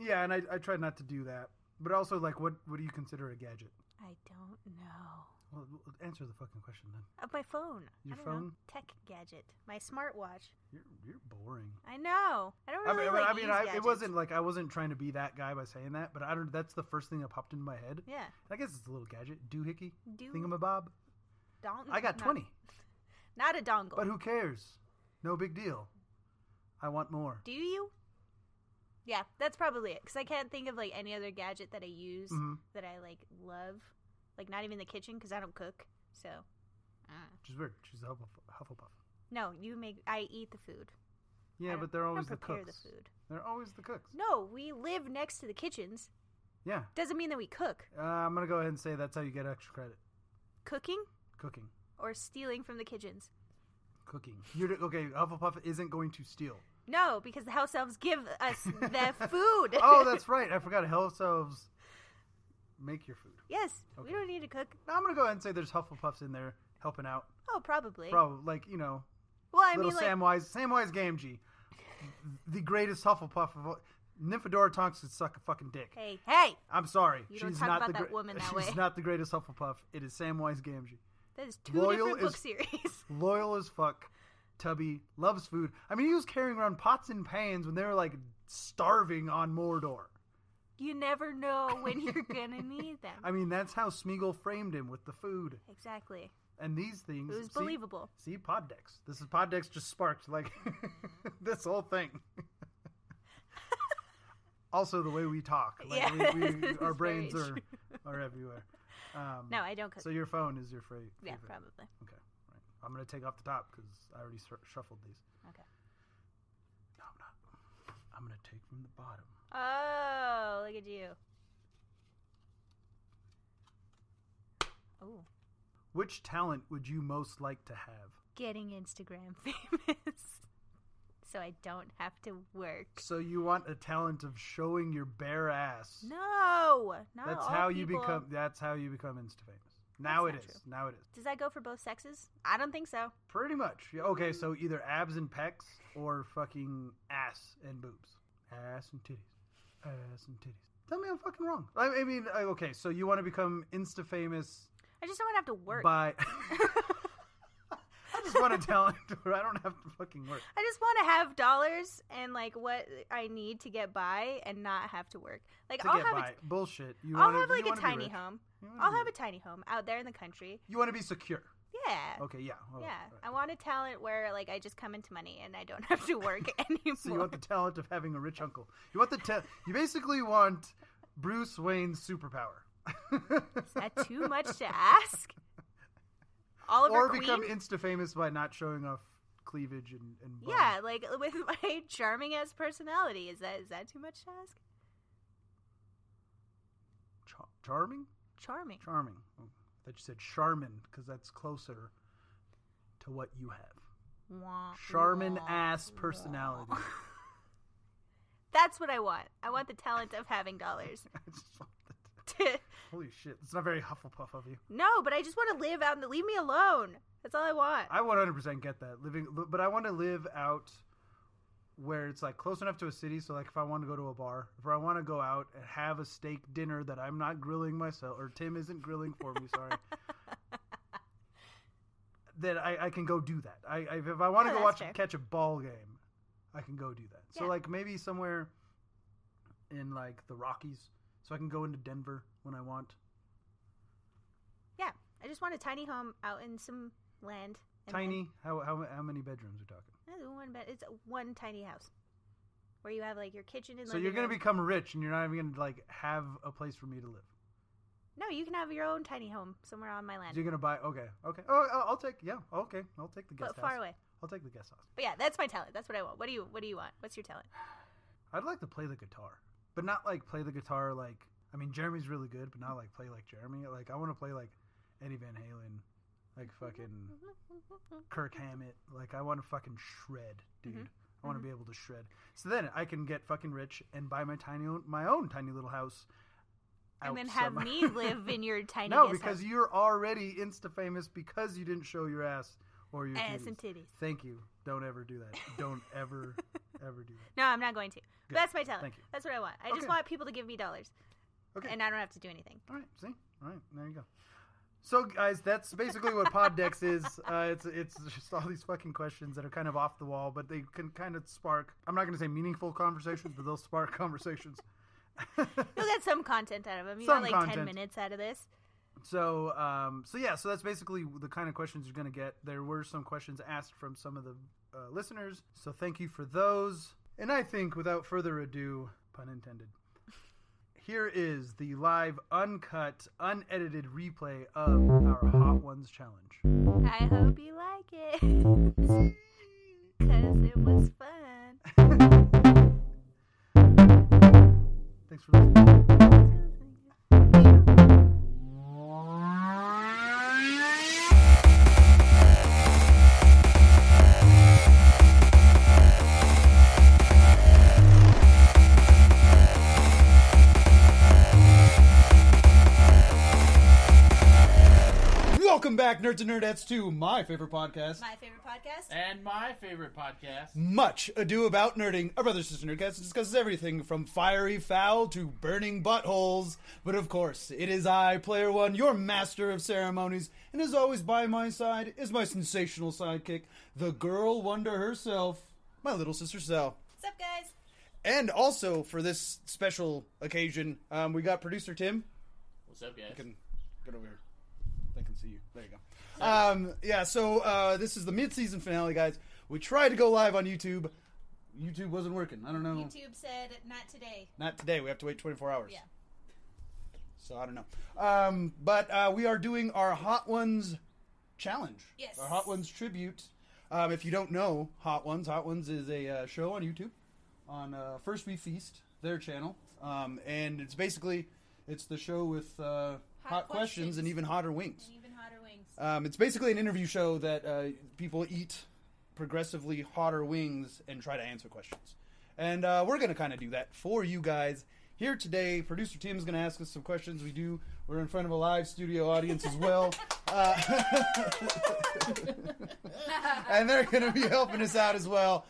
yeah, and I, I tried not to do that, but also like, what, what do you consider a gadget?
I don't know.
Well, well, answer the fucking question then.
Of my phone.
Your
I don't Know.
phone?
Tech gadget. My smartwatch.
You're you're boring.
I know. I don't
I
really
mean,
like
I mean,
use
I, it
gadgets.
wasn't like I wasn't trying to be that guy by saying that, but I don't. That's the first thing that popped into my head.
Yeah.
I guess it's a little gadget, doohickey,
Do-
thingamabob.
Don-
I got
not-
twenty,
Not a dongle.
but who cares? No big deal. I want more.
Do you? Yeah, that's probably it. Because I can't think of like any other gadget that I use
Mhm.
that I like love. Like not even the kitchen because I don't cook. So uh.
Which is weird. She's a Hufflepuff. Hufflepuff.
no, you make I eat the food. I
Yeah,
don't-
but they're
I don't
always the
prepare
cooks.
the food.
They're always the cooks.
No, we live next to the kitchens.
Yeah.
Doesn't mean that we cook.
Uh, I'm gonna go ahead and say that's how you get extra credit.
Cooking
Cooking,
or stealing from the kitchens.
cooking. You're okay. Hufflepuff isn't going to steal.
No, because the house elves give us the food.
Oh, that's right. I forgot. House elves make your food.
yes.
Okay.
We don't need to cook.
Now I'm gonna go ahead and say there's Hufflepuffs in there helping out.
Oh, probably.
Probably like you know,
well, I
little
mean, like
Samwise, Samwise Gamgee, the greatest Hufflepuff of all. Nymphadora Tonks could suck a fucking dick.
hey, hey,
I'm sorry.
You
she's
don't talk
not
about
the
that woman that
she's
way.
not the greatest Hufflepuff. It is Samwise Gamgee.
that is two
Loyal
different book
is-
series.
Loyal as fuck. Tubby loves food. I mean, he was carrying around pots and pans when they were like starving on Mordor.
you never know when you're gonna need them.
I mean, that's how Smeagol framed him with the food
exactly.
and these things.
It was
see-
believable.
See, pod decks. This is pod decks just sparked like this whole thing. also, the way we talk, like,
Yeah,
we,
this
we,
is
our
very
brains are,
true.
are everywhere. Um,
No, I don't cook.
So your phone is your fra- favorite.
yeah, probably.
Okay, right. I'm gonna take off the top because I already sur- shuffled these.
Okay.
No, I'm not. I'm gonna take from the bottom.
Oh, look at you. Oh,
Which talent would you most like to have?
getting Instagram famous, so I don't have to work.
So you want a talent of showing your bare ass?
No, not
that's
all
how you
people-
become. That's how you become insta famous. Now it
That's
is.
not true.
Now it is.
Does that go for both sexes? I don't think so.
Pretty much. Yeah, okay, so
Mm.
either abs and pecs or fucking ass and boobs. Ass and titties. Ass and titties. Tell me I'm fucking wrong. I, I mean, I- okay, so you want to become insta famous
I just don't want to have to work.
by. I just want a talent where I don't have to fucking work.
I just want to have dollars and like what I need to get by and not have to work. Like
To
I'll
get
have
by.
a,
Bullshit. You
I'll
wanna,
have
you
like
wanna
a
be
tiny
rich. Mm-hmm.
home.
You wanna
I'll
be
have a
rich.
tiny home out there in the country.
You want to be secure.
Yeah.
Okay, yeah. Oh,
Uh, yeah.
all right.
I want a talent where like I just come into money and I don't have to work anymore.
So you want the talent of having a rich uncle. You want the ta- you basically want Bruce Wayne's superpower.
Is that too much to ask? Oliver
or
Queen?
become insta famous by not showing off cleavage and, and bum.
yeah, like with my charming ass personality, is that is that too much to ask?
Char- charming,
Charming.
charming. Oh, I thought you said Charmin because that's closer to what you have.
Wah,
Charmin
wah.
ass personality.
That's what I want. I want the talent of having dollars.
I just want that.
to
Holy shit! It's not very Hufflepuff of you.
No, but I just want to live out in the. Leave me alone. That's all I want.
I 100% get that living, li- but I want to live out where it's like close enough to a city. So like, if I want to go to a bar, if I want to go out and have a steak dinner that I'm not grilling myself, or Tim isn't grilling for me, sorry. That I, I can go do that. I, I if I want to
No,
go
that's
watch
fair.
catch a ball game, I can go do that. So
Yeah.
like maybe somewhere in like the Rockies, so I can go into Denver when I want.
yeah, I just want a tiny home out in some land. and
Tiny. How, how how many bedrooms are we talking?
then- No, one bed. It's one tiny house where you have like your kitchen and.
So you're gonna
living room.
become rich, and you're not even gonna like have a place for me to live.
No, you can have your own tiny home somewhere on my land,
You're gonna buy. Okay, okay. Oh, I'll- I'll take. Yeah, okay. I'll take the guest
but far
house.
away.
I'll take the guest house.
But yeah, that's my talent. That's what I want. What do you What do you want? What's your talent?
I'd like to play the guitar, but not like play the guitar like. I mean, Jeremy's really good, but not like play like Jeremy. Like I want to play like Eddie Van Halen, like fucking Kirk Hammett. Like I want to fucking shred, dude.
Mm-hmm.
I want to be able to shred. So then I can get fucking rich and buy my tiny own, my own tiny little house.
And then
out
have
somewhere.
me live in your tiny.
No,
guest
because
house.
you're already insta famous because you didn't show your ass or your
ass
titties.
and titties.
Thank you. Don't ever do that. Don't ever, ever do that.
No, I'm not going to. But that's my talent.
Thank you.
That's what I want. I
Okay.
just want people to give me dollars,
Okay.
and I don't have to do anything.
All right. See. All right. There you go. So guys, that's basically what Poddex is. Uh, it's it's just all these fucking questions that are kind of off the wall, but they can kind of spark. I'm not going to say meaningful conversations, but they'll spark conversations.
You'll get some content out of them. You
Some
got like ten
content.
minutes out of this.
So, um, so yeah, so that's basically the kind of questions you're going to get. There were some questions asked from some of the uh, listeners, so thank you for those. And I think, without further ado, pun intended, here is the live, uncut, unedited replay of our Hot Ones challenge.
I hope you like it. Cause it was fun.
Thanks for listening. Welcome back, nerds and nerdettes, to my favorite podcast.
My favorite podcast.
And my favorite podcast.
Much Ado About Nerding, a brother sister nerdcast that discusses everything from fiery fowl to burning buttholes. But of course, it is I, Player One, your master of ceremonies, and as always by my side is my sensational sidekick, the girl wonder herself, my little sister Sal.
What's up, guys?
And also for this special occasion, um, we got producer Tim.
What's up, guys?
Can get over here. They can see you. There you go. Um, yeah. So uh, this is the mid-season finale, guys. We tried to go live on YouTube. YouTube wasn't working. I don't know.
YouTube said not today.
Not today. We have to wait 24 hours.
Yeah.
So I don't know. Um, but uh, we are doing our Hot Ones challenge.
Yes.
Our Hot Ones tribute. Um, if you don't know Hot Ones, Hot Ones is a uh, show on YouTube on uh, First We Feast, their channel, um, and it's basically it's the show with uh, hot, questions.
questions.
and even hotter wings.
even hotter wings.
Um, it's basically an interview show that uh, people eat progressively hotter wings and try to answer questions. And uh, we're going to kind of do that for you guys here today. Producer Tim's going to ask us some questions. We do. We're in front of a live studio audience as well. Uh, and they're going to be helping us out as well.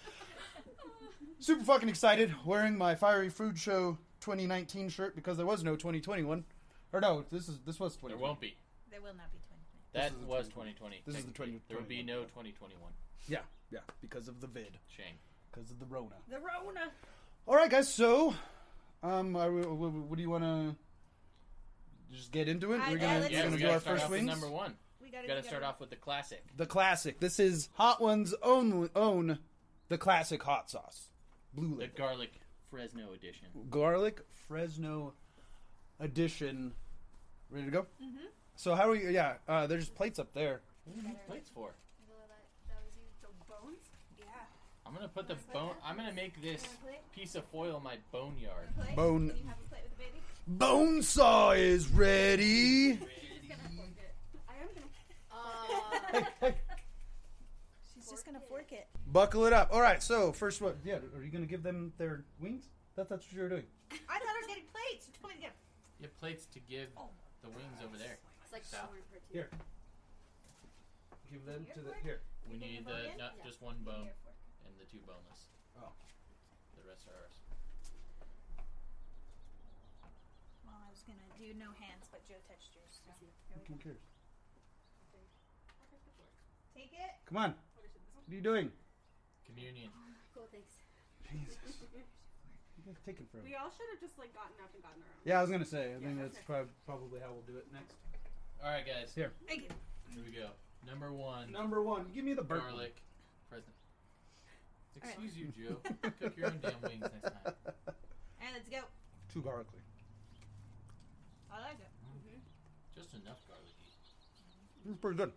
Super fucking excited. Wearing my Fiery Food Show 2019 shirt because there was no 2021. Or no, this is this was 2020.
There won't be.
There will not be twenty.
That
is the
was
2020.
2020.
This is the
technically.
2020.
There would be no 2021.
Yeah, yeah, because of the vid,
Shame.
because of the Rona.
The Rona.
All right, guys. So, um, I, w- w- what do you want to just get into it?
I-
we're
yeah,
gonna,
let's
we're
Yeah,
gonna
we
do
gotta
our
start
first
off with
wings.
number one.
We gotta,
We gotta
we
start off with the classic.
The classic. This is Hot Ones own own the classic hot sauce, blue
The
label,
garlic Fresno edition.
garlic Fresno edition. Ready to go? Mm-hmm. So how are you? Yeah, uh, there's plates up there.
Plates for.
That was you. The bones? Yeah.
I'm gonna put the bone. I'm gonna make this piece of foil my boneyard.
Bone.
Can you have a plate with the baby?
Bone saw is ready.
I am gonna. Uh,
She's just gonna fork it.
Buckle it up. All right. So first, what? Yeah. Are you gonna give them their wings? That, that's what you're doing.
I thought I was getting plates. You told me to get
You have plates to give
Oh.
the wings over there.
it's like
Stop.
corn for two.
Here. Give them to the here.
We need the not
Yeah.
just one bone
Here, fork.
and the two boneless.
Oh.
The rest are ours.
Well, I was gonna do no hands, but Joe touched yours. So. Here we
Who
go.
cares?
Take it.
Come on. What are you doing?
Communion.
Cool, thanks.
Jesus. You guys taking forever.
We all should have just like gotten up and gotten our own.
Yeah, I was gonna say. I think
Yeah,
that's
okay.
prob- probably how we'll do it next.
All right, guys.
Here.
Thank you.
Here we go. Number one,
Number one. Give me the burp.
garlic Fresno. Excuse you, Joe. Cook your own damn wings next time.
All right, let's go.
Too garlicky.
I like it.
Just enough garlicky.
It's pretty good.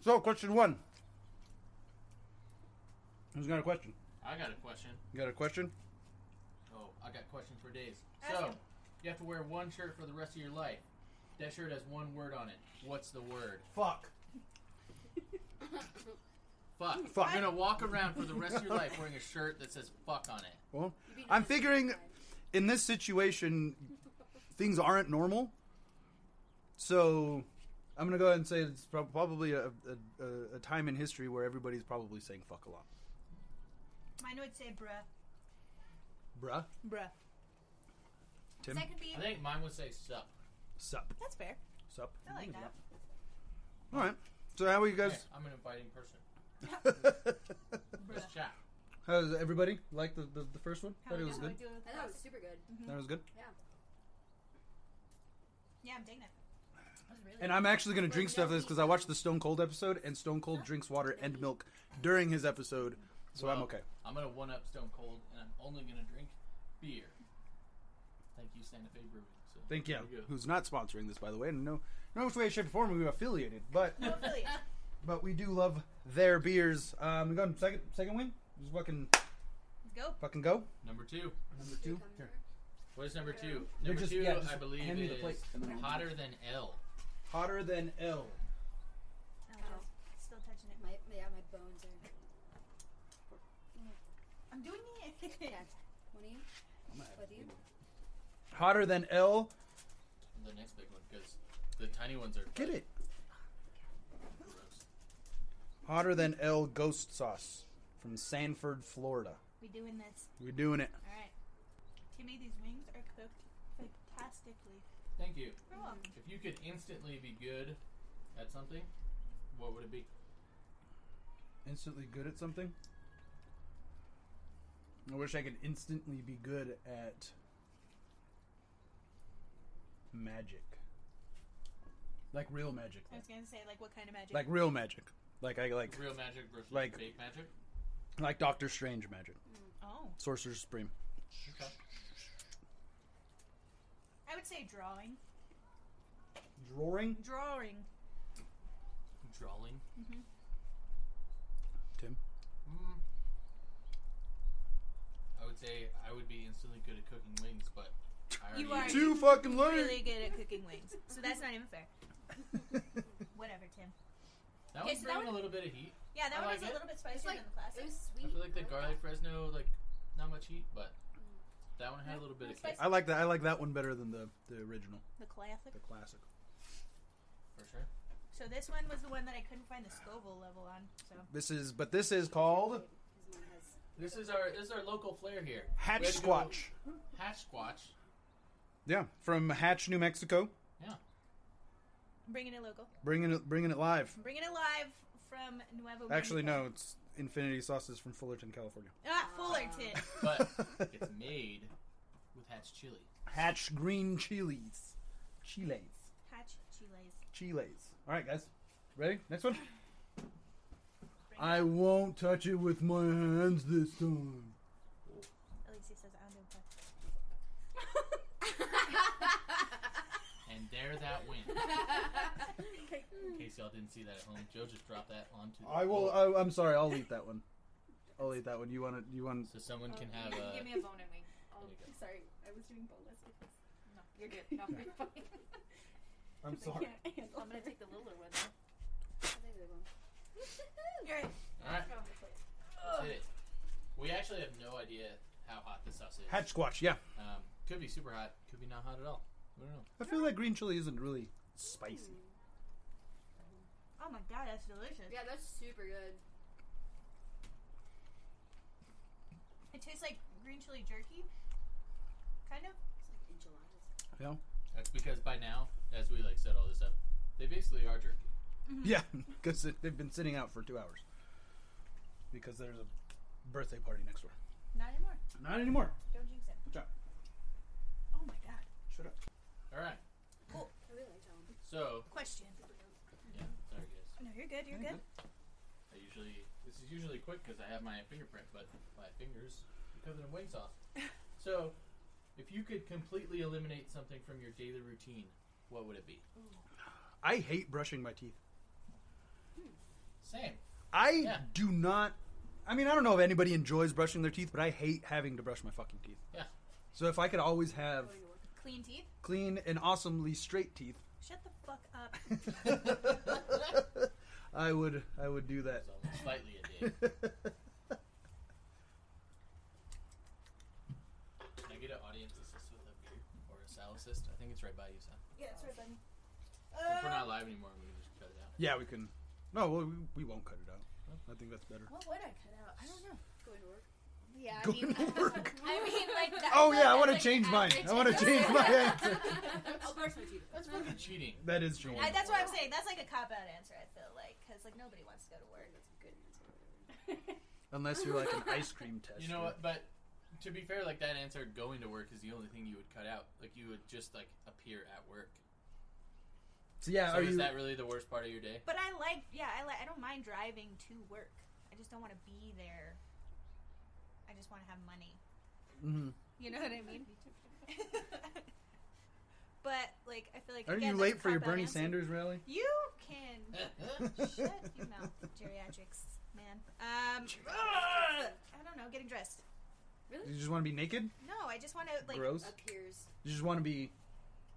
So question one. Who's got a question?
I got a question.
You got a question?
Oh, I got questions for days.
Ask
So,
him.
you have to wear one shirt for the rest of your life. That shirt has one word on it. What's the word?
Fuck.
Fuck.
Fuck.
You're gonna walk around for the rest of your life wearing a shirt that says "fuck" on it.
Well,
You'd be
I'm
nice.
figuring in this situation, things aren't normal. So I'm going to go ahead and say it's prob- probably a, a, a, a time in history where everybody's probably saying fuck a lot.
Mine would say bruh.
Bruh.
Bruh.
Tim.
Second be
I think mine would say "sup."
Sup.
that's fair.
Sup?
I like that.
All right. So how are you
Hey,
guys?
I'm an inviting person.
Bruh.
Let's chat.
How does everybody like the, the, the first one?
How
Thought
we
it was
doing?
good.
We doing with
I thought it
that?
was super good.
That was good.
Yeah, I'm taking it. That was really
And I'm actually going to drink stuff of this because I watched the Stone Cold episode, and Stone Cold drinks water and milk during his episode, so I'm
Well,
okay.
I'm gonna one up Stone Cold, and I'm only gonna drink beer. Thank you, Santa Fe Brewing. So
Thank you.
there go.
Who's not sponsoring this, by the way? And no, no way, shape, or form are we affiliated, but
good. No affiliate.
but we do love their beers. Um, we going second second win. Just fucking
Let's go.
fucking go.
Number two.
Number two.
Come
Here.
here.
What is number two?
They're
Number
just-
two,
yeah, just
I believe,
hand me the
is
plate and then I'll-
hotter than L.
Hotter than L.
Oh, Still touching it.
My, yeah, my bones are.
I'm doing it.
Yeah. One of you? Both of you?
Hotter than L.
The next big one, because the tiny ones are
Get it.
gross.
Hotter than L ghost sauce from Sanford, Florida.
we doing this.
We're doing it.
All right. Timmy, these wings are cooked fantastically.
Thank you.
You're welcome.
If you could instantly be good at something, what would it be?
Instantly good at something. I wish I could instantly be good at magic. Like real magic.
I was gonna say like what kind of magic?
Like real magic. Like I like
Real magic versus
Like-
fake magic.
like Doctor Strange magic.
oh,
Sorcerer Supreme.
Okay.
I would say drawing.
Drawing?
Drawing.
Drawing.
Mm-hmm.
Tim.
Mm. I would say I would be instantly good at cooking wings, but I
You
already-
are-
Too fucking
Really
late.
good at cooking wings. So that's not even fair. Whatever, Tim.
That
Okay,
one's
so that
bringing a
one-
little bit of heat.
Yeah, that
I
one
like
is a
it.
little bit
It's
spicier
like,
than the classic.
it was sweet.
I feel like the
like
garlic
that.
Fresno, like not much heat, but that one had a little bit of kick
Spicy.
I like that I like that one better than the, the original,
The classic.
the classic.
for sure.
So this one was the one that I couldn't find the Scoville level on. So
This is but this is called
His mom has
This is our this is our local flair here.
Hatch
We had to go-
Squatch.
Hatch Squatch.
Yeah, from Hatch, New Mexico,
bringing it local,
bringing it bringing it live.
bringing it live from Nuevo.
Actually,
Mexico.
no, it's Infinity Sauces from Fullerton, California.
Ah, Fullerton.
But it's made with Hatch chili.
Hatch green chilies, chiles,
Ah.
Hatch chiles.
chiles. All right, guys, ready? Next one. I won't touch it with my hands this time.
At least he says I don't give a fuck.
And there that went. In case y'all didn't see that at home, Joe just dropped that onto. The
I will.
floor.
I, I'm sorry. I'll eat that one. I'll eat that one. You want to? You want?
so someone can have a.
Give me a bone and wing.
Oh,
There you go.
sorry, I was doing boneless. because
No, you're good. No, you're fine.
I'm sorry.
I can't handle
I'm gonna
it.
take the littler one. Though.
I'll take the big one.
You're right.
All right,
It's
let's hit it. We actually have no idea how hot this sauce is.
Hatch squash. Yeah.
Um, could be super hot. Could be not hot at all. We don't know.
I feel like green chili isn't really spicy.
Oh my god, that's delicious.
Yeah, that's super good.
It tastes like green chili jerky. Kind of.
It's like enchiladas.
That's because by now, as we like set all this up, they basically are jerky.
Yeah, because they've been sitting out for two hours. Because there's a birthday party next door.
Not anymore.
Not anymore.
Don't jinx it.
Good job.
Oh my god.
Shut up.
All right,
I really like that one.
so
Question.
yeah, sorry guys.
No, you're good. You're good.
I usually this is usually quick because I have my fingerprint, but my fingers are covered in wing sauce. so, if you could completely eliminate something from your daily routine, what would it be?
I hate brushing my teeth.
Same.
I
Yeah.
do not. I mean, I don't know if anybody enjoys brushing their teeth, but I hate having to brush my fucking teeth.
Yeah.
So if I could always have
Going to work.
Clean teeth.
clean and awesomely straight teeth,
Shut the fuck up.
I would I would do that.
It's almost slightly a day. Can I get an audience assist with a beer or a sal assist? I think it's right by you, Sam.
yeah, that's right, buddy.
Since we're
Uh,
not live anymore, we can just cut it out.
yeah, we can. No, well, we, we won't cut it out. I think that's better.
what would I cut out? I don't know.
Going to work.
Yeah, I
Go
mean,
to work.
I mean, like that.
Oh yeah, I
that's
want to
like
change mine. I
average
want to
income.
change my answer.
I'll brush my teeth.
That's fucking cheating.
That is true.
I, that's what I'm saying. That's like a cop out answer. I feel like because like nobody wants to go to work.
That's a good answer.
Unless you're like an ice cream tester.
You know what? But to be fair, like that answer, going to work is the only thing you would cut out. Like you would just like appear at work.
So yeah,
so
are
is
you?
that really the worst part of your day?
But I like, yeah, I like. I don't mind driving to work. I just don't want to be there. I just want to have money.
Mhm.
You know what I mean? but like, I feel like.
Are
again,
you
that's a
late for your
cop-out
Bernie
answer.
Sanders rally?
You can shut your mouth, geriatrics, man. Um, I don't know, getting dressed.
You just want to be naked?
No, I just want to like. uh,
Gross.
Appears.
You just want to be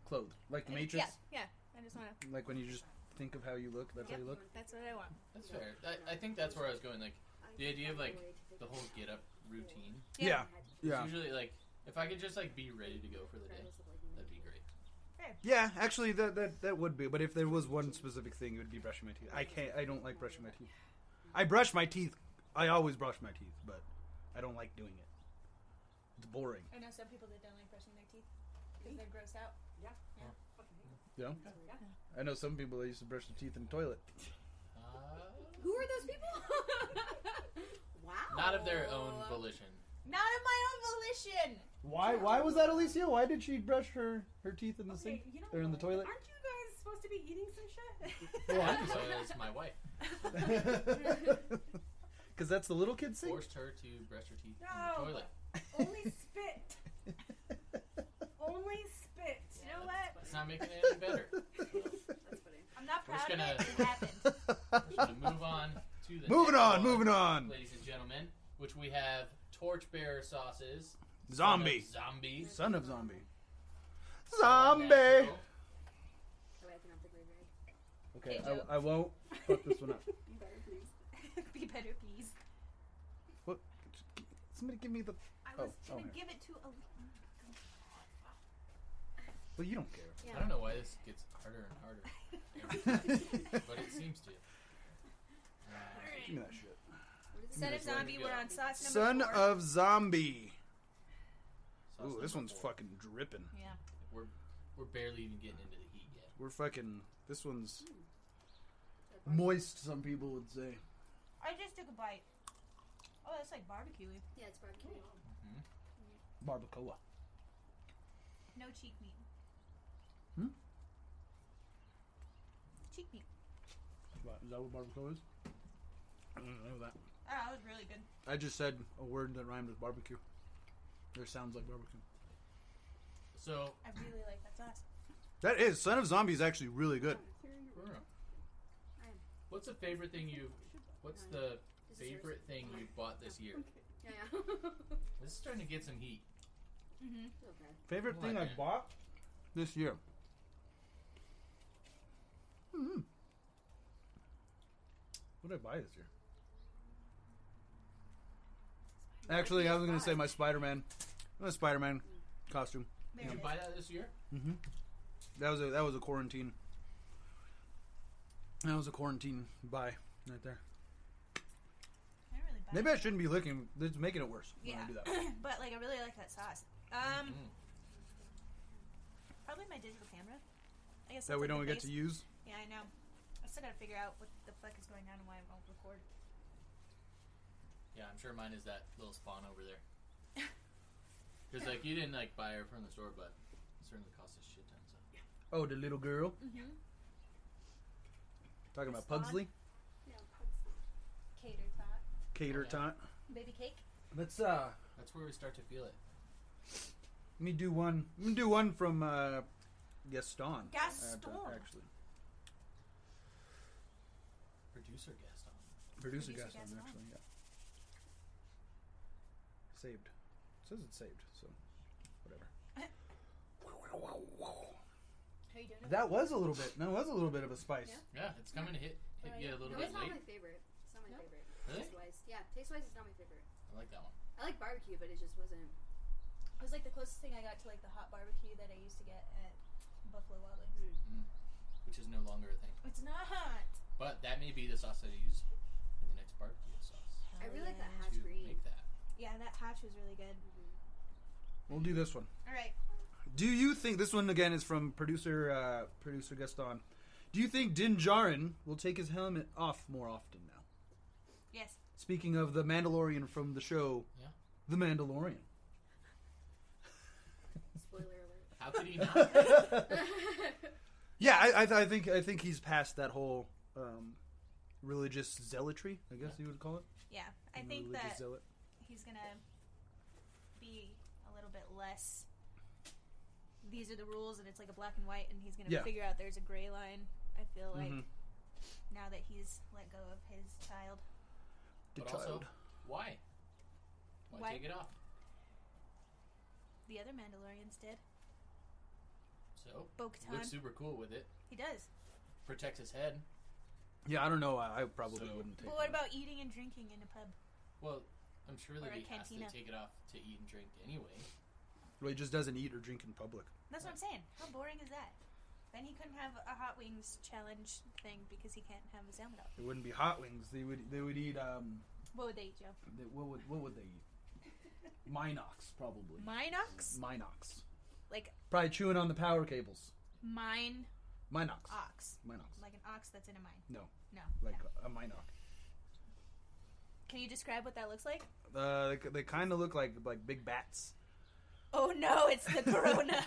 clothed, like the
I-
Matrix.
Uh, Yeah, yeah. I just want to.
Like when you just think of how you look, that's how you look.
That's what I want.
That's fair. I, I think that's where I was going. Like The idea of, like, the whole get up routine.
Yeah.
Yeah.
It's
Yeah.
usually like if I could just like be ready to go for the day, that'd be great.
Yeah, actually, that, that that would be. But if there was one specific thing, it would be brushing my teeth. I can't. I don't like brushing my teeth. I brush my teeth. I always brush my teeth, but I don't like doing it. It's boring.
I know some people that don't like brushing their teeth because they're grossed out.
You know. I know some people that used to brush their teeth in the toilet.
Uh,
Who are those people? wow.
not of their own volition.
Not of my own volition.
Why? Why was that, Alicia? Why did she brush her her teeth in the
Okay,
sink
you know
or in the
what?
toilet?
Aren't you guys supposed to be eating some shit?
What?
So it's my wife
Because that's the little kid sink.
forced her to brush her teeth in
No.
the toilet.
Only spit. Only spit.
You know what?
It's not making it any better.
That's funny.
I'm not
We're just
proud of it.
gonna-
It happened.
We're gonna move on to the
Moving
next
on,
one,
moving on.
ladies and gentlemen. Which we have torchbearer sauces,
Zombie.
zombies,
Son of zombie. Zombie.
Oh, wait, I can up the gray bag.
Okay,
Hey, Joe.
I, I won't fuck this one up.
You better please.
Be better, please.
What? Somebody give me the.
I
Oh,
was
oh,
gonna
here.
give it to a.
Well, you don't care.
I don't know why this gets harder and harder, every time, but it seems to. Uh,
Give me that shit.
What is
Son of
Just let it
Zombie,
go.
we're on sauce number
Son
four.
of zombie.
sauce
Ooh, this
number
one's
four.
fucking dripping.
Yeah.
We're we're barely even getting into the heat yet.
We're fucking. This one's
it?
moist. Some people would say.
I just took a bite. Oh, that's like barbecue.
Yeah, it's barbecue.
Barbacoa.
No cheek meat.
Hmm?
Cheek meat.
Is that what barbacoa is? I don't know that.
Oh, that was really good.
I just said a word that rhymed with barbecue. There sounds like barbecue.
So
I really like that sauce.
That is Son of Zombie is actually really good.
What's the favorite thing you? What's the
This is yours.
favorite thing you bought this year?
Yeah, yeah.
This is starting to get some heat.
Mm-hmm.
okay.
Favorite
thing I
bought this year. Hmm. What did I buy this year? Actually, I was gonna say my Spider-Man, my Spider-Man costume.
There
Did you
it is.
buy that this year?
Mm-hmm. That was a that was a quarantine. That was a quarantine buy right there.
I didn't really buy
Maybe I shouldn't be looking. It's making it worse when I
Yeah.
do that.
but like I really like that sauce.
Mm-hmm.
Mm.
Um, probably my digital camera. I guess
That we don't get to use.
Yeah, I know. I still gotta figure out what the fuck is going on and why I won't record.
Yeah, I'm sure mine is that little spawn over there. Because like you didn't like buy her from the store, but it certainly cost a shit ton. So
Oh, the little girl. Talking about
Spawn.
Pugsley,
Cater tot,
Cater
Yeah.
Tot.
baby cake.
Let's uh,
that's where we start to feel it.
let me do one. Let me do one from uh, Gaston. I have to-
Gaston.
actually.
Producer guest on.
Producer,
Producer
Gaston,
Gaston.
actually. Yeah. Saved. It says it's saved, so whatever.
How you doing?
That was a little bit. That was a little bit of a spice.
Yeah, it's coming to hit hit you a little
No,
bit
it's not
late.
my favorite. It's not my favorite.
Really?
Taste wise. Yeah, taste wise, it's not my favorite.
I like that one.
I like barbecue, but it just wasn't.
It was like the closest thing I got to like the hot barbecue that I used to get at Buffalo Wild Wings.
which is no longer a thing.
Oh, It's not hot.
But that may be the sauce that I use in the next barbecue sauce
I really like that
to
hash green.
make that.
Oh, Yeah, that hot She was really good.
We'll do this one.
All right.
Do you think this one again is from producer uh, producer Gaston? Do you think Din Djarin will take his helmet off more often now?
Yes.
Speaking of the Mandalorian from the show,
Yeah.
The Mandalorian.
Spoiler alert.
How could he not?
Yeah, I, I, I think I think he's past that whole um, religious zealotry. I guess you would call it.
Yeah. I
Being a
think
religious
that
zealot.
he's gonna be a little bit less. These are the rules, and it's like a black and white, and he's gonna
Yeah.
figure out there's a gray line. I feel like
Mhm.
now that he's let go of his child,
The
But also-
child.
Why? Why,
Why?
take it off?
the other Mandalorians did.
So
Bo-Katan.
looks super cool with it.
He does.
Protects his head.
Yeah, I don't know. I, I probably
So-
wouldn't take.
But what
it.
about eating and drinking in a pub?
Well, I'm sure
Or
that
a
he has to
cantina.
take it off to eat and drink anyway.
Well, he just doesn't eat or drink in public.
That's what I'm saying. How boring is that? Then he couldn't have a hot wings challenge thing because he can't have his helmet off.
It wouldn't be hot wings. They would they would eat um.
What would they eat, Joe?
They, what would what would they eat? Minox probably.
Minox?
Minox.
Like
Probably chewing on the power cables.
mine
Minox.
ox.
Minox.
Like an ox that's in a mine.
No,
No.
like
no.
a Minox.
Can you describe what that looks like?
Uh, they, they kind of look like like big bats.
Oh no, it's the corona.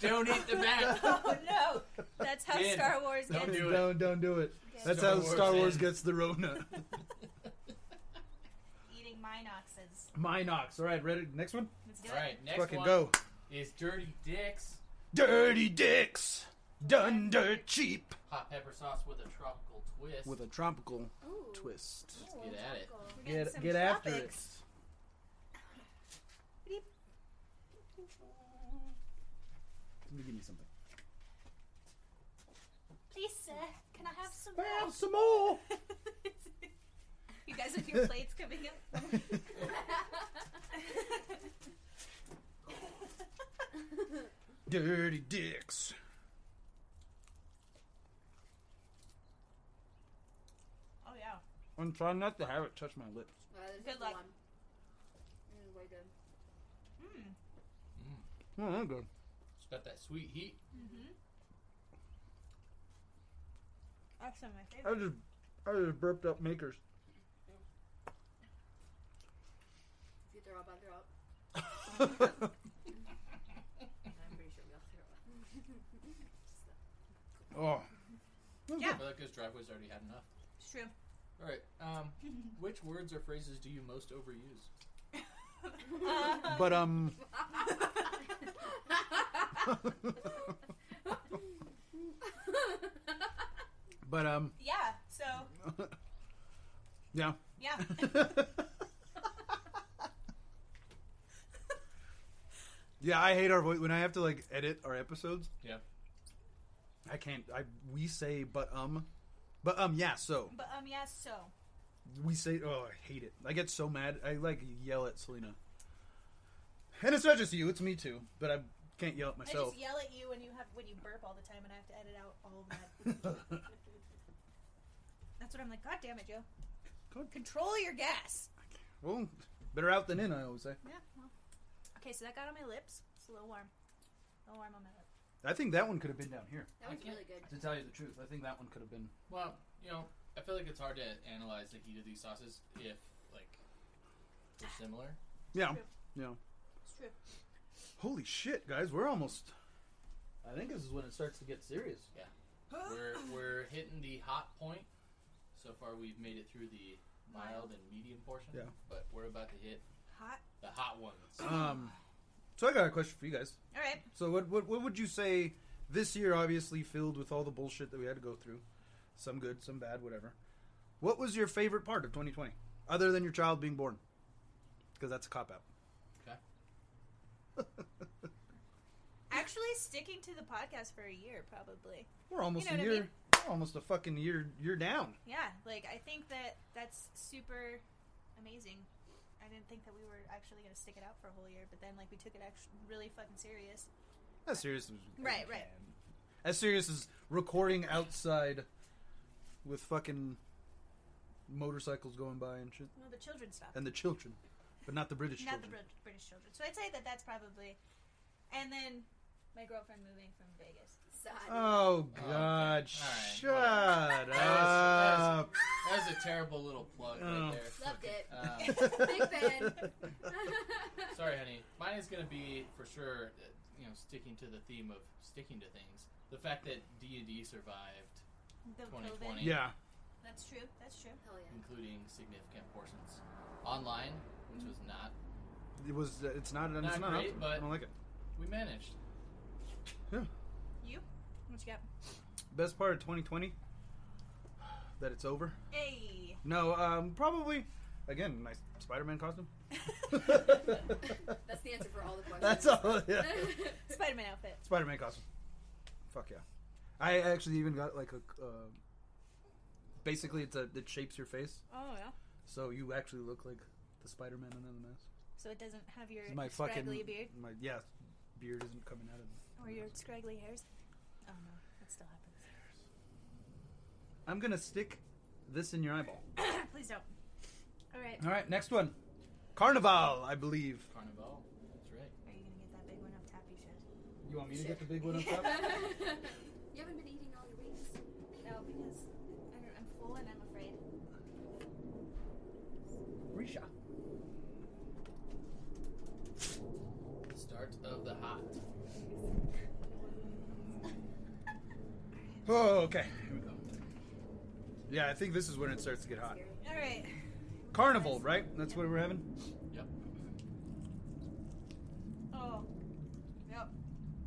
Don't eat the bat.
oh no. That's how
Din,
Star Wars
don't
gets
do it.
don't don't do it.
Okay.
That's
Star
how
Wars
Star Wars
in.
gets the Rona.
eating minoxes.
Minox. All right, ready? Next one.
Let's do
All right, next
Fucking
one
go.
is Dirty Dicks
Dirty dicks, done dirt cheap.
hot pepper sauce with a tropical twist.
With a tropical
Ooh.
twist.
Ooh,
Get at it.
it.
tropical.
We're getting
Get
some
get after it.
tropics.
Somebody give me something.
Please, sir, can I have some
Well,
more?
some more.
you guys with your plates coming up?
Dirty dicks.
oh yeah.
I'm trying not to have it touch my lips.
Uh, there's
Good
just
luck.
One. Mm, way good.
Mm.
Oh, that's good.
It's got that sweet heat.
Mhm. That's one of my
I
favorites.
just, I just burped up makers.
If you throw up, I'll throw up. I'm pretty sure we all throw up.
oh,
I
Yeah.
feel like this driveway's already had enough.
It's true.
All right. Um, which words or phrases do you most overuse?
Uh,
but um. but um.
yeah. So
Yeah.
yeah.
yeah, I hate our voice when I have to like edit our episodes.
Yeah.
I can't. I we say but um, but um yeah. So
But um yeah. So
we say oh I hate it. I get so mad. I like yell at Selena. And it's not just you. It's me too. But I can't yell at
I
myself.
just yell at you when you have when you burp all the time, and I have to edit out all of that. That's what I'm like. God damn it, Joe.
God.
Control your gas.
well, better out than in. I always say.
Yeah. Well. Okay, so that got on my lips. It's a little warm. A little warm on my lips.
I think that one could have been down here.
That
I
was
can't-
really good.
To tell you the truth, I think that one could have been.
Well, you know, I feel like it's hard to analyze the heat of these sauces if like they're similar.
Yeah.
True.
Yeah.
It's true.
Holy shit, guys! We're almost. I think this is when it starts to get serious.
We're we're hitting the hot point. So far, we've made it through the mild and medium portion.
Yeah.
But we're about to hit
Hot.
the hot ones.
Um, so I got a question for you guys.
All right.
So what what, what would you say this year? Obviously filled with all the bullshit that we had to go through, some good, some bad, whatever. What was your favorite part of 2020, other than your child being born? Because that's a cop out.
Actually, sticking to the podcast for a year probably.
We're almost
You know
a
what
year.
I mean?
we're almost a fucking year. You're down.
Yeah, like I think that that's super amazing. I didn't think that we were actually going to stick it out for a whole year, but then like we took it actually really fucking serious.
As serious as
Right, right.
As serious as recording outside with fucking motorcycles going by and shit,
Well, the children stuff.
and the children. but not the British
not
children.
the Brit- British children. So I'd say that that's probably. And then my girlfriend moving from Vegas.
Sad.
Oh
Oh, okay.
God!
All
Shut
That
up!
That was a terrible little plug right
Oh.
Loved it.
there.
Big fan.
Uh, sorry, honey. Mine is going to be for sure. uh, You know, sticking to the theme of sticking to things. The fact that D and D survived,
The
2020.
COVID.
yeah,
That's true. That's true.
Hell yeah.
including significant portions, online, which was not.
it was. Uh, it's not.
Not
it's not.
great,
up.
but-
I don't like it.
We managed.
You? What you got?
Best part of 2020 that it's over.
Hey.
No, um, probably again my Spider-Man costume.
That's the answer for all the questions.
That's all. Yeah.
Spider-Man outfit.
Spider-Man costume. Fuck yeah! I actually even got like a. Uh, basically, it's a it shapes your face,
Oh yeah.
so you actually look like the Spider-Man under the mask.
So it doesn't have your
my fucking
scraggly beard Oh,
My yeah, beard isn't coming out of. the
or your
mask.
scraggly hairs. Oh no, that still happens.
I'm gonna stick this in your eyeball.
Ah, Please don't. All right.
All right, next one. Carnival, I believe.
Carnival. That's right.
Are you gonna get that big one up top? You should.
You want me to get the big one up top?
You haven't been eating all your wings.
No, because I'm, I'm full and I'm afraid.
Risha.
Start of the hot.
Oh, okay. Here we go. Yeah, I think this is when it starts to get hot.
All right.
Carnival, right? That's what we're having.
Yep.
Oh. Yep.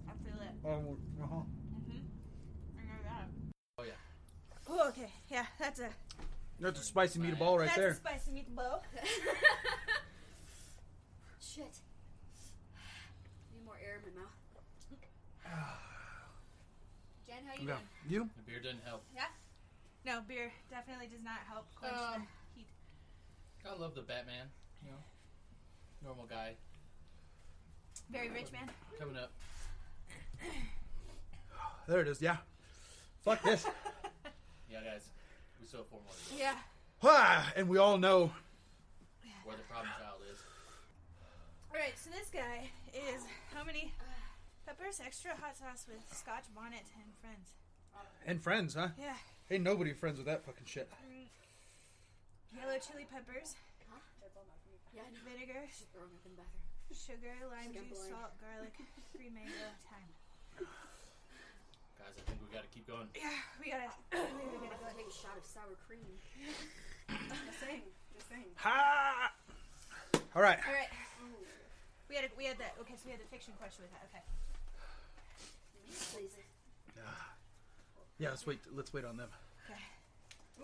I feel it.
Oh, uh-huh.
Mm-hmm. I know that.
Oh yeah.
Oh, okay. Yeah, that's a
That's a spicy meatball Oh, right
that's a
there.
spicy meatball.
Shit. Need more air in my mouth.
Jen, how you
Yeah.
doing?
You?
The beer didn't help.
No, beer definitely does not help quench
Um,
the heat.
I love the Batman. You know, normal guy
Very rich man.
coming up.
There it is. Yeah. Fuck this.
Yeah, guys. We still have four more. to go.
Yeah.
ah, and we all know.
Where the problem child is.
All right, so this guy is how many peppers? Extra hot sauce with Scotch bonnet and friends.
And friends, huh?
Yeah.
Ain't nobody friends with that fucking shit.
Mm. Yellow chili peppers,
That's all not for me.
Yeah, I know.
vinegar,
She's throwing up in the bathroom.
sugar, lime
Like I'm
juice,
blind.
salt, garlic, free mango, thyme.
Guys, I think we got to keep going.
Yeah, we gotta. we gotta go.
Take a shot of sour cream.
Just saying. Just saying.
Ha! All right.
All right. We had a, we had that. Okay, so we had the fiction question with that. Okay.
Please.
Yeah, let's wait. Let's wait on them.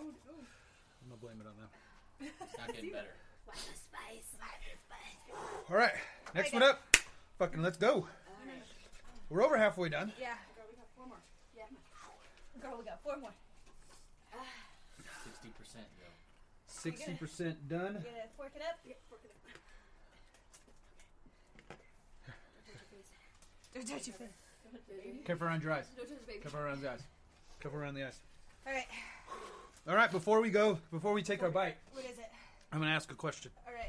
Ooh, ooh.
I'm gonna blame it on them.
It's not getting better.
Why the spice? Why the spice?
All right. Next one up. Fucking let's go.
Alright.
We're over halfway done.
Yeah,
Girl, we got four more.
Yeah.
girl, we got four more.
Sixty percent, yo.
Sixty percent done.
We gotta fork it up.
Yeah, fork it up.
Don't
Don't touch your face.
touch your face.
Don't touch your face.
Cover around your eyes.
Don't touch the baby.
Cover around the eyes. Cover around the eyes.
All right.
All right. Before we go, before we take our bite,
What is it?
I'm gonna ask a question.
All right.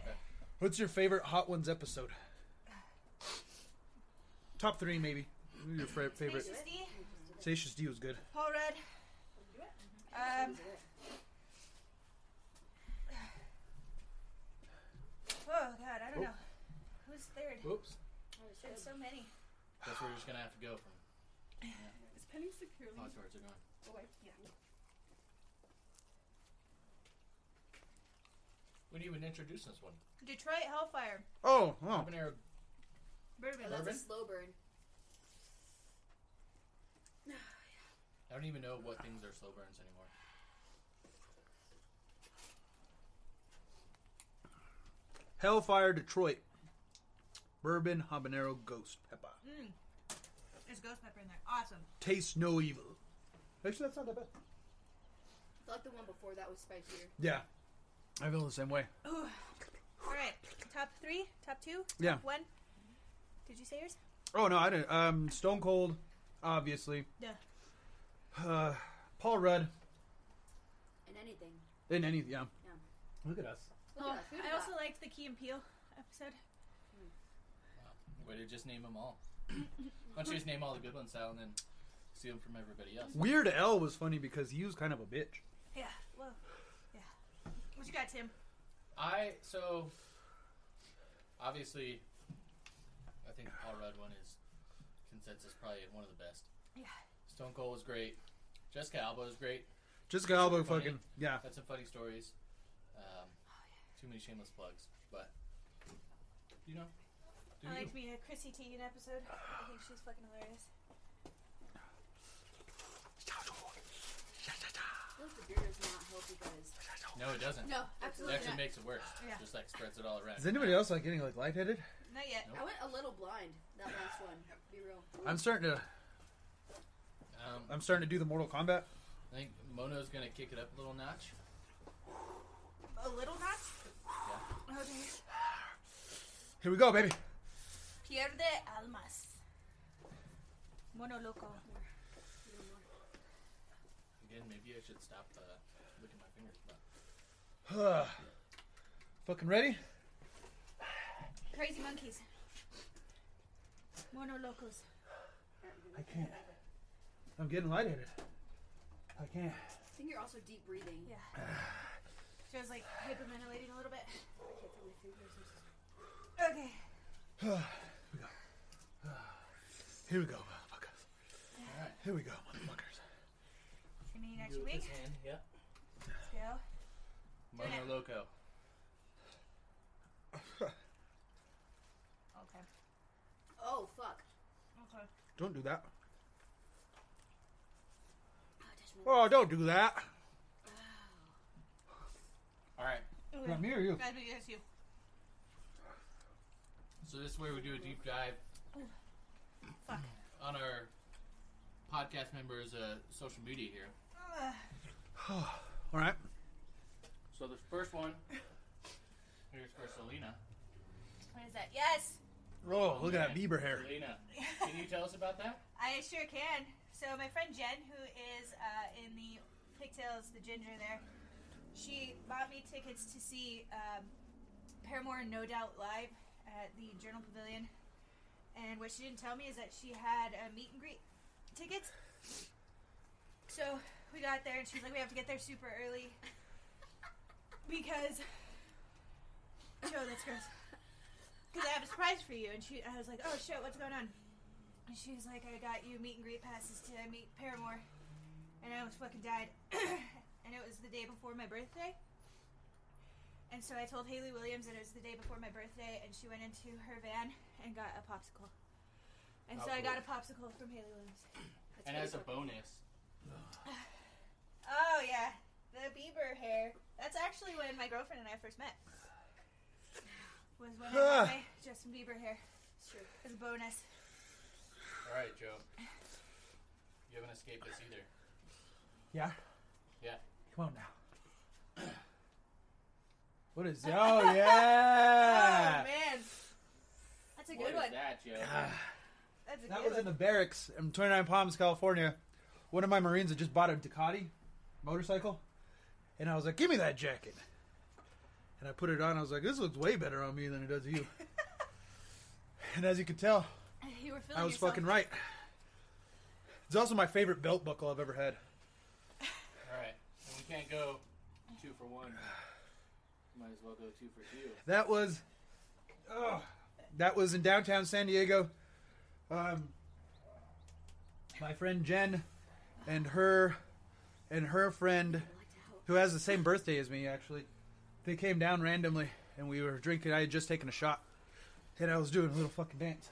What's your favorite Hot Ones episode? Top three, maybe. Your fra- favorite.
Spacious D,
Satius D was good.
Paul Rudd. Um. Oh God, I don't know. Who's third?
Oops.
Oh,
There's so many.
Guess we're just gonna have to go from
Is Penny securely
hot towards are going.
away? Yeah.
We didn't even introduce this one.
Detroit Hellfire.
Oh, oh.
Habanero.
Bourbon.
Oh, that's a
Bourbon?
slow burn.
I don't even know what things are slow burns anymore.
Hellfire Detroit. Bourbon habanero ghost pepper.
Mm. There's ghost pepper in there. Awesome.
Taste no evil. Actually, that's not that bad.
I thought the one before that was spicier.
Yeah, I feel the same way.
Ooh. All right. Top three. Top two.
Yeah.
One. Did you say yours?
Oh no, I didn't. Um, Stone Cold, obviously.
Yeah.
Uh, Paul Rudd
And anything.
in any yeah.
Yeah.
Look at us.
Look at us. Who
I
did
also
that?
liked the Key and Peele episode.
Way to just name them all. Why don't you just name all the good ones out and then steal them from everybody else?
Weird L was funny because he was kind of a bitch.
Yeah. Whoa. Yeah. What you got, Tim?
I so obviously, I think the Paul Rudd one is consensus probably one of the best.
Yeah.
Stone Cold was great. Jessica Alba was great.
Jessica Alba
Funny.
fucking yeah.
Had some funny stories. Um,
Oh,
too many shameless plugs, but you know, do
I
you?
liked me a Chrissy Teigen episode. I think she's fucking hilarious.
Those beer does not help you guys.
No, it doesn't.
No,
It
absolutely
actually
not.
makes it worse.
Yeah.
Just like spreads it all around.
Is anybody else like getting like lightheaded?
Not yet.
Nope.
I went a little blind that last one. Be real.
I'm starting to
Um,
I'm starting to do the Mortal Kombat.
I think Mono's gonna kick it up a little notch.
A little notch. Okay.
Here we go, baby.
Pierde almas. Mono loco.
Again, maybe I should stop uh, licking my fingers. But
fucking ready?
Crazy monkeys. Mono locos.
I can't. I'm getting lightheaded. I can't.
I think you're also deep breathing.
Yeah. She was like hyperventilating a little bit.
I can't feel my fingers. I'm so sorry.
Okay.
Here we go, motherfuckers.
all right,
Here we go, motherfuckers.
I mean,
do
next
it with
week.
this hand. Yeah.
Let's go.
Mono Loco.
Okay.
Oh fuck.
Okay.
Don't do that.
Oh, I touched my
Oh, don't do that.
All right.
Not me or you.
Guys, maybe that's you.
So this is where we do a deep dive
Fuck.
on our podcast members' uh, social media here.
Ugh.
All right.
So the first one, here's for Selena.
What is that? Yes,
Oh, look at that Bieber hair.
Selena, can you tell us about that?
I sure can. So my friend Jen, who is uh, in the pigtails, the ginger there, she bought me tickets to see um, Paramore and No Doubt live at the Journal Pavilion. And what she didn't tell me is that she had a meet and greet tickets. So we got there, and she's like, "We have to get there super early because." Joe, that's gross. Because I have a surprise for you, and she, I was like, "Oh shit, what's going on?" And she was like, I got you meet and greet passes to meet Paramore. And I almost fucking died. and it was the day before my birthday. And so I told Haley Williams that it was the day before my birthday, and she went into her van and got a popsicle. And so
How
I got a popsicle from Haley Williams.
That's
And
pretty
as a
cool.
bonus,
Oh, yeah. The Bieber hair. That's actually when my girlfriend and I first met. Was when I got my Justin Bieber hair
Sure.
as a bonus.
all right, Joe, you haven't escaped us either.
Yeah?
Yeah.
Come on now. What is Oh, yeah.
Oh, man. That's a
What
good
is
one.
that, Joe?
That's a
That
good
was
one.
in the barracks in 29 Palms, California. One of my Marines had just bought a Ducati motorcycle, and I was like, "Give me that jacket." And I put it on. I was like, "This looks way better on me than it does you." and as you can tell,
You were feeling
I was
yourself.
fucking right. It's also my favorite belt buckle I've ever had.
All right, and we can't go two for one. Might as well go two for two.
That was, oh, that was in downtown San Diego. Um, my friend Jen, and her, and her friend,
Blacked out.
who has the same birthday as me actually, they came down randomly, and we were drinking. I had just taken a shot, and I was doing a little fucking dance.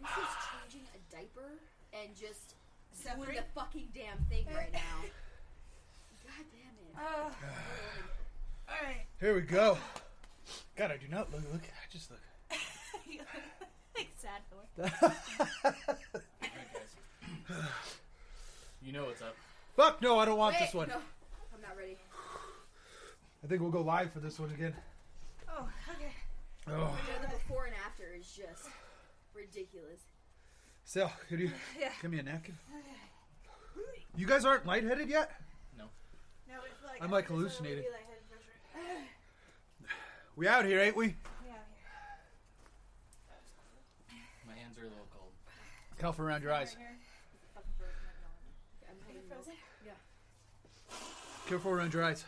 This is changing a diaper and just doing
Suffering?
the fucking damn thing right now. God damn it.
Oh, all right.
Here we go. God, I do not look. Look, I just look.
You look like sad boy.
All right, guys. You know what's up.
Fuck no, I don't want
Wait,
this one.
No, I'm not ready.
I think we'll go live for this one again.
Oh, okay.
Oh,
You know, the before and after is just ridiculous.
Sal, could you
Yeah.
give me a napkin? You guys aren't lightheaded yet.
Now we feel like
I'm, like,
after this, I don't wanna
hallucinated.
be lightheaded for sure.
We out here, ain't we?
Yeah.
My hands are a little cold.
Cuff around your eyes.
Fucking bird in my yard.
I'm
Are you
holding milk.
frozen?
Careful around your eyes.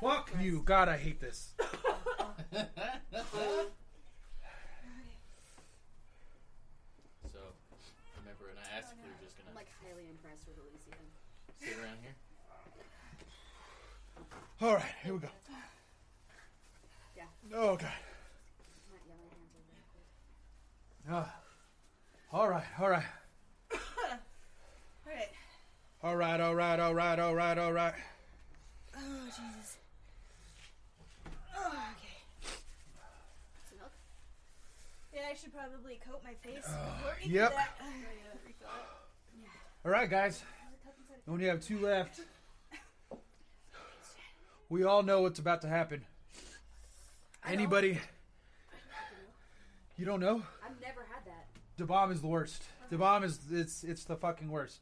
Fuck you. God, I hate this.
so, remember when I asked if we were just
I'm
gonna
like highly impressed with Alicia.
sit around here?
All right, here we go.
Yeah.
Oh, God.
My, yeah, my hands are really cold.
Ah. All right, all right. All
All right.
right, all right, all right, all right, all right.
Oh Jesus. Oh, okay.
Some milk?
Yeah, I should probably coat my face. before we do
Uh, yep.
that.
All right, guys. We only have two left. We all know what's about to happen. Anybody? You don't know?
I've never had that.
The bomb is the worst. The bomb is it's it's the fucking worst.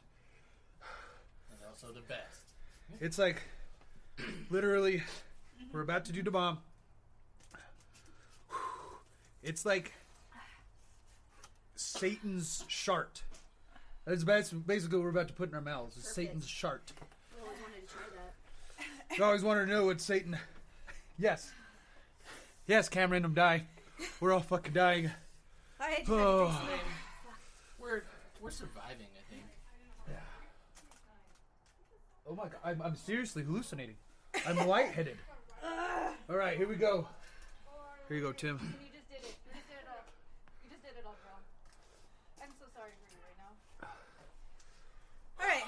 And also the best.
It's like literally we're about to do the bomb. It's like Satan's shart. That's bas- basically what we're about to put in our mouths. It's Satan's shart.
I always wanted to try that.
I always wanted to know what Satan. Yes. Yes, Cameron, I'm dying. We're all fucking dying.
All right.
Oh.
We're we're surviving, I think.
Oh my god, I'm, I'm seriously hallucinating. I'm lightheaded. all right, here we go. Here you go, Tim.
You just did it. You just did it all. You just did it all wrong. I'm so sorry for you right now.
All right.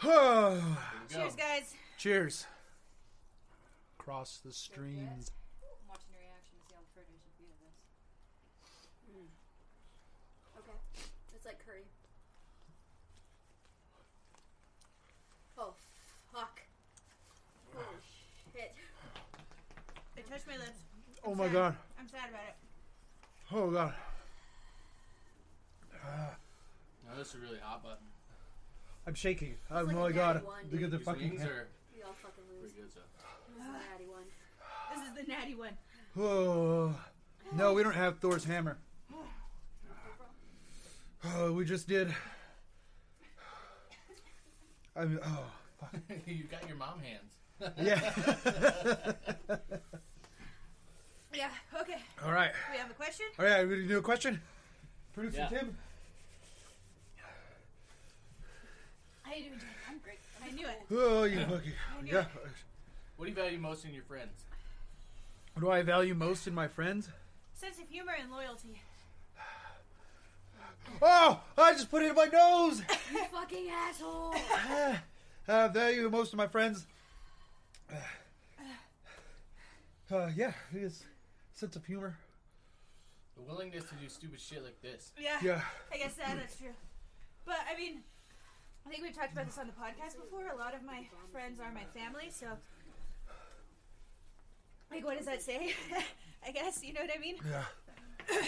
To bomb.
Here we
Cheers,
go.
guys.
Cheers. Cross the streams.
I'm watching your reaction to see how afraid I should be of this.
Okay. It's like curry. Oh, fuck. Holy shit.
It touched my lips.
Oh my god.
I'm sad about it.
Oh god.
No, this is a really hot button.
I'm shaking. Oh
like
my
a
god.
bad one,
Look at the
These
fucking
wings
hand.
are
We all fucking lose.
pretty good, so.
This is a natty one.
This is the natty one.
Oh. No, we don't have Thor's hammer. Oh, we just did. I mean, oh, fuck.
you got your mom hands.
Yeah.
Yeah. Okay.
All right.
We have a question.
All right, we do a question? Producer
Yeah.
Tim?
How you doing, Jen?
I'm great.
I knew it.
Oh, you fucking. Yeah.
What do you value most in your friends?
What do I value most in my friends?
Sense of humor and loyalty.
Oh, I just put it in my nose!
You fucking asshole!
Ah, I value most of my friends. Ah. Uh, yeah, it is sense of humor.
The willingness to do stupid shit like this.
Yeah.
Yeah.
I guess that, that's true. But I mean, I think we've talked about this on the podcast before. A lot of my friends are my family, so like, what does that say? I guess you know what I mean.
Yeah.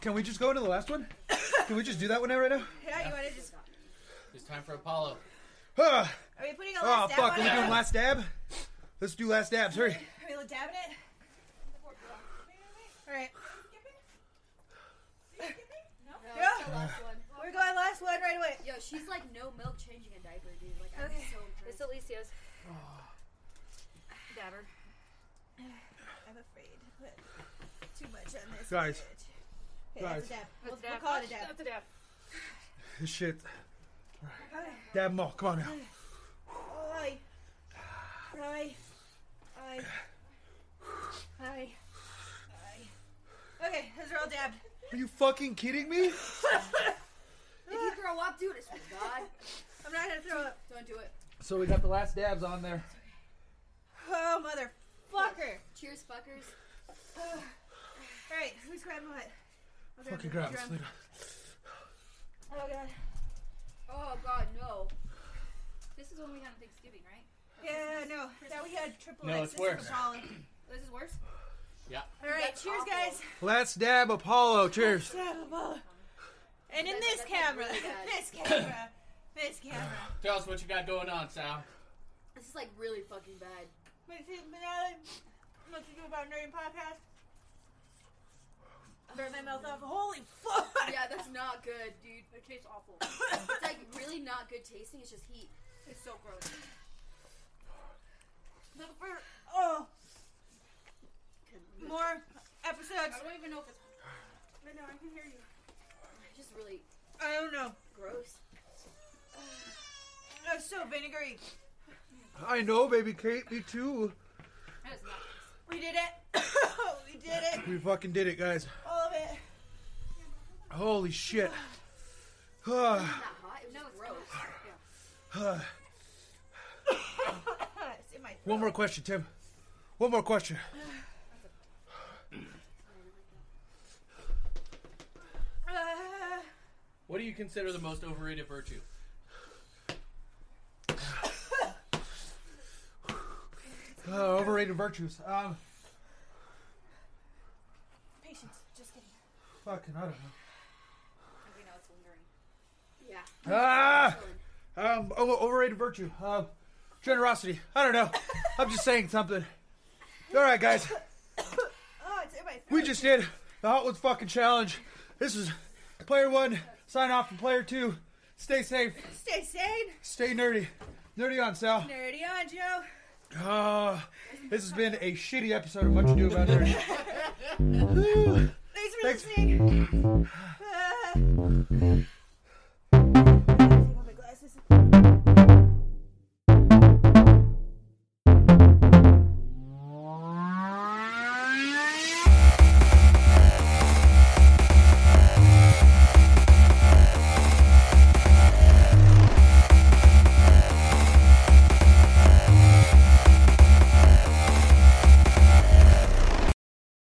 Can we just go into the last one? Can we just do that one now, right now?
Yeah, you want to just
It's time for Apollo.
Ah,
are we putting a
oh,
last dab
fuck. Are
on
we
it?
doing last dab? Let's do last dabs. Hurry.
Are we dabbing it? All right,
No,
Yeah.
it's the last one.
we're going last one right away.
Yo, she's like no milk changing a diaper, dude. Like, I'm
Okay.
so
It's
impressed.
Alicia's. Dabber.
I'm afraid to put too much on this.
Guys.
bitch. Okay, that's
Guys.
a dab. We'll,
That's
we'll call it a dab.
That's a dab.
This shit. All right. Dab them all. Come on now.
Oi. Oi. Oi. Oi. Oi. Okay, those are all dabbed.
Are you fucking kidding me?
If you grow up, dude, I swear to God,
I'm not gonna throw up.
don't do it.
So we got the last dabs on there.
Oh, motherfucker.
Cheers, fuckers.
Alright, who's grabbing what? I'll grab
Okay,
the
grab
drum.
this later.
Oh, God.
Oh, God, no. This is when we had on Thanksgiving, right?
Yeah, no. That we had triple
No, it's
X. This is
worse.
Apollo.
This is worse?
Alright,
That's
cheers,
awful.
guys.
Last dab, Apollo. Cheers.
Dab Apollo. And in
That-
this
that's
camera.
really bad.
This camera. This camera.
Tell us what you got going on, Sal.
This is like really fucking bad.
My favorite banana. What to do about nerding podcast? Burn my mouth off. Holy fuck!
Yeah, that's not good, dude.
It tastes awful.
It's like really not good tasting. It's just heat.
It's so gross.
The fir- oh, more episodes.
I don't even know if it's. But no, I can hear you.
It's just really
I don't know.
gross.
That's so vinegary.
I know, baby Kate. Me too.
That is not good.
We did it. we did it.
We fucking did it, guys.
All of it.
Holy shit. Ah.
It's not hot. It was
No,
just
it's
gross.
One
It's in my throat.
more question, Tim. One more question.
Uh,
What do you consider the most overrated virtue?
Uh, overrated virtues. Um,
patience. Just kidding.
fucking, I don't know.
Okay, now it's lingering. Yeah.
Ah,
Chilling.
um, o- overrated virtue. Um, generosity. I don't know. I'm just saying something. All right, guys.
Oh, it's in my throat.
We just did the Hot Ones fucking challenge. This is player one. Sign off from player two. Stay safe.
stay sane.
Stay nerdy. Nerdy on, Sal.
Nerdy on Joe.
Ah, this has been a shitty episode of What You Do About Nerdy. Whew.
Thanks for
Thanks.
Ah. listening. Uh,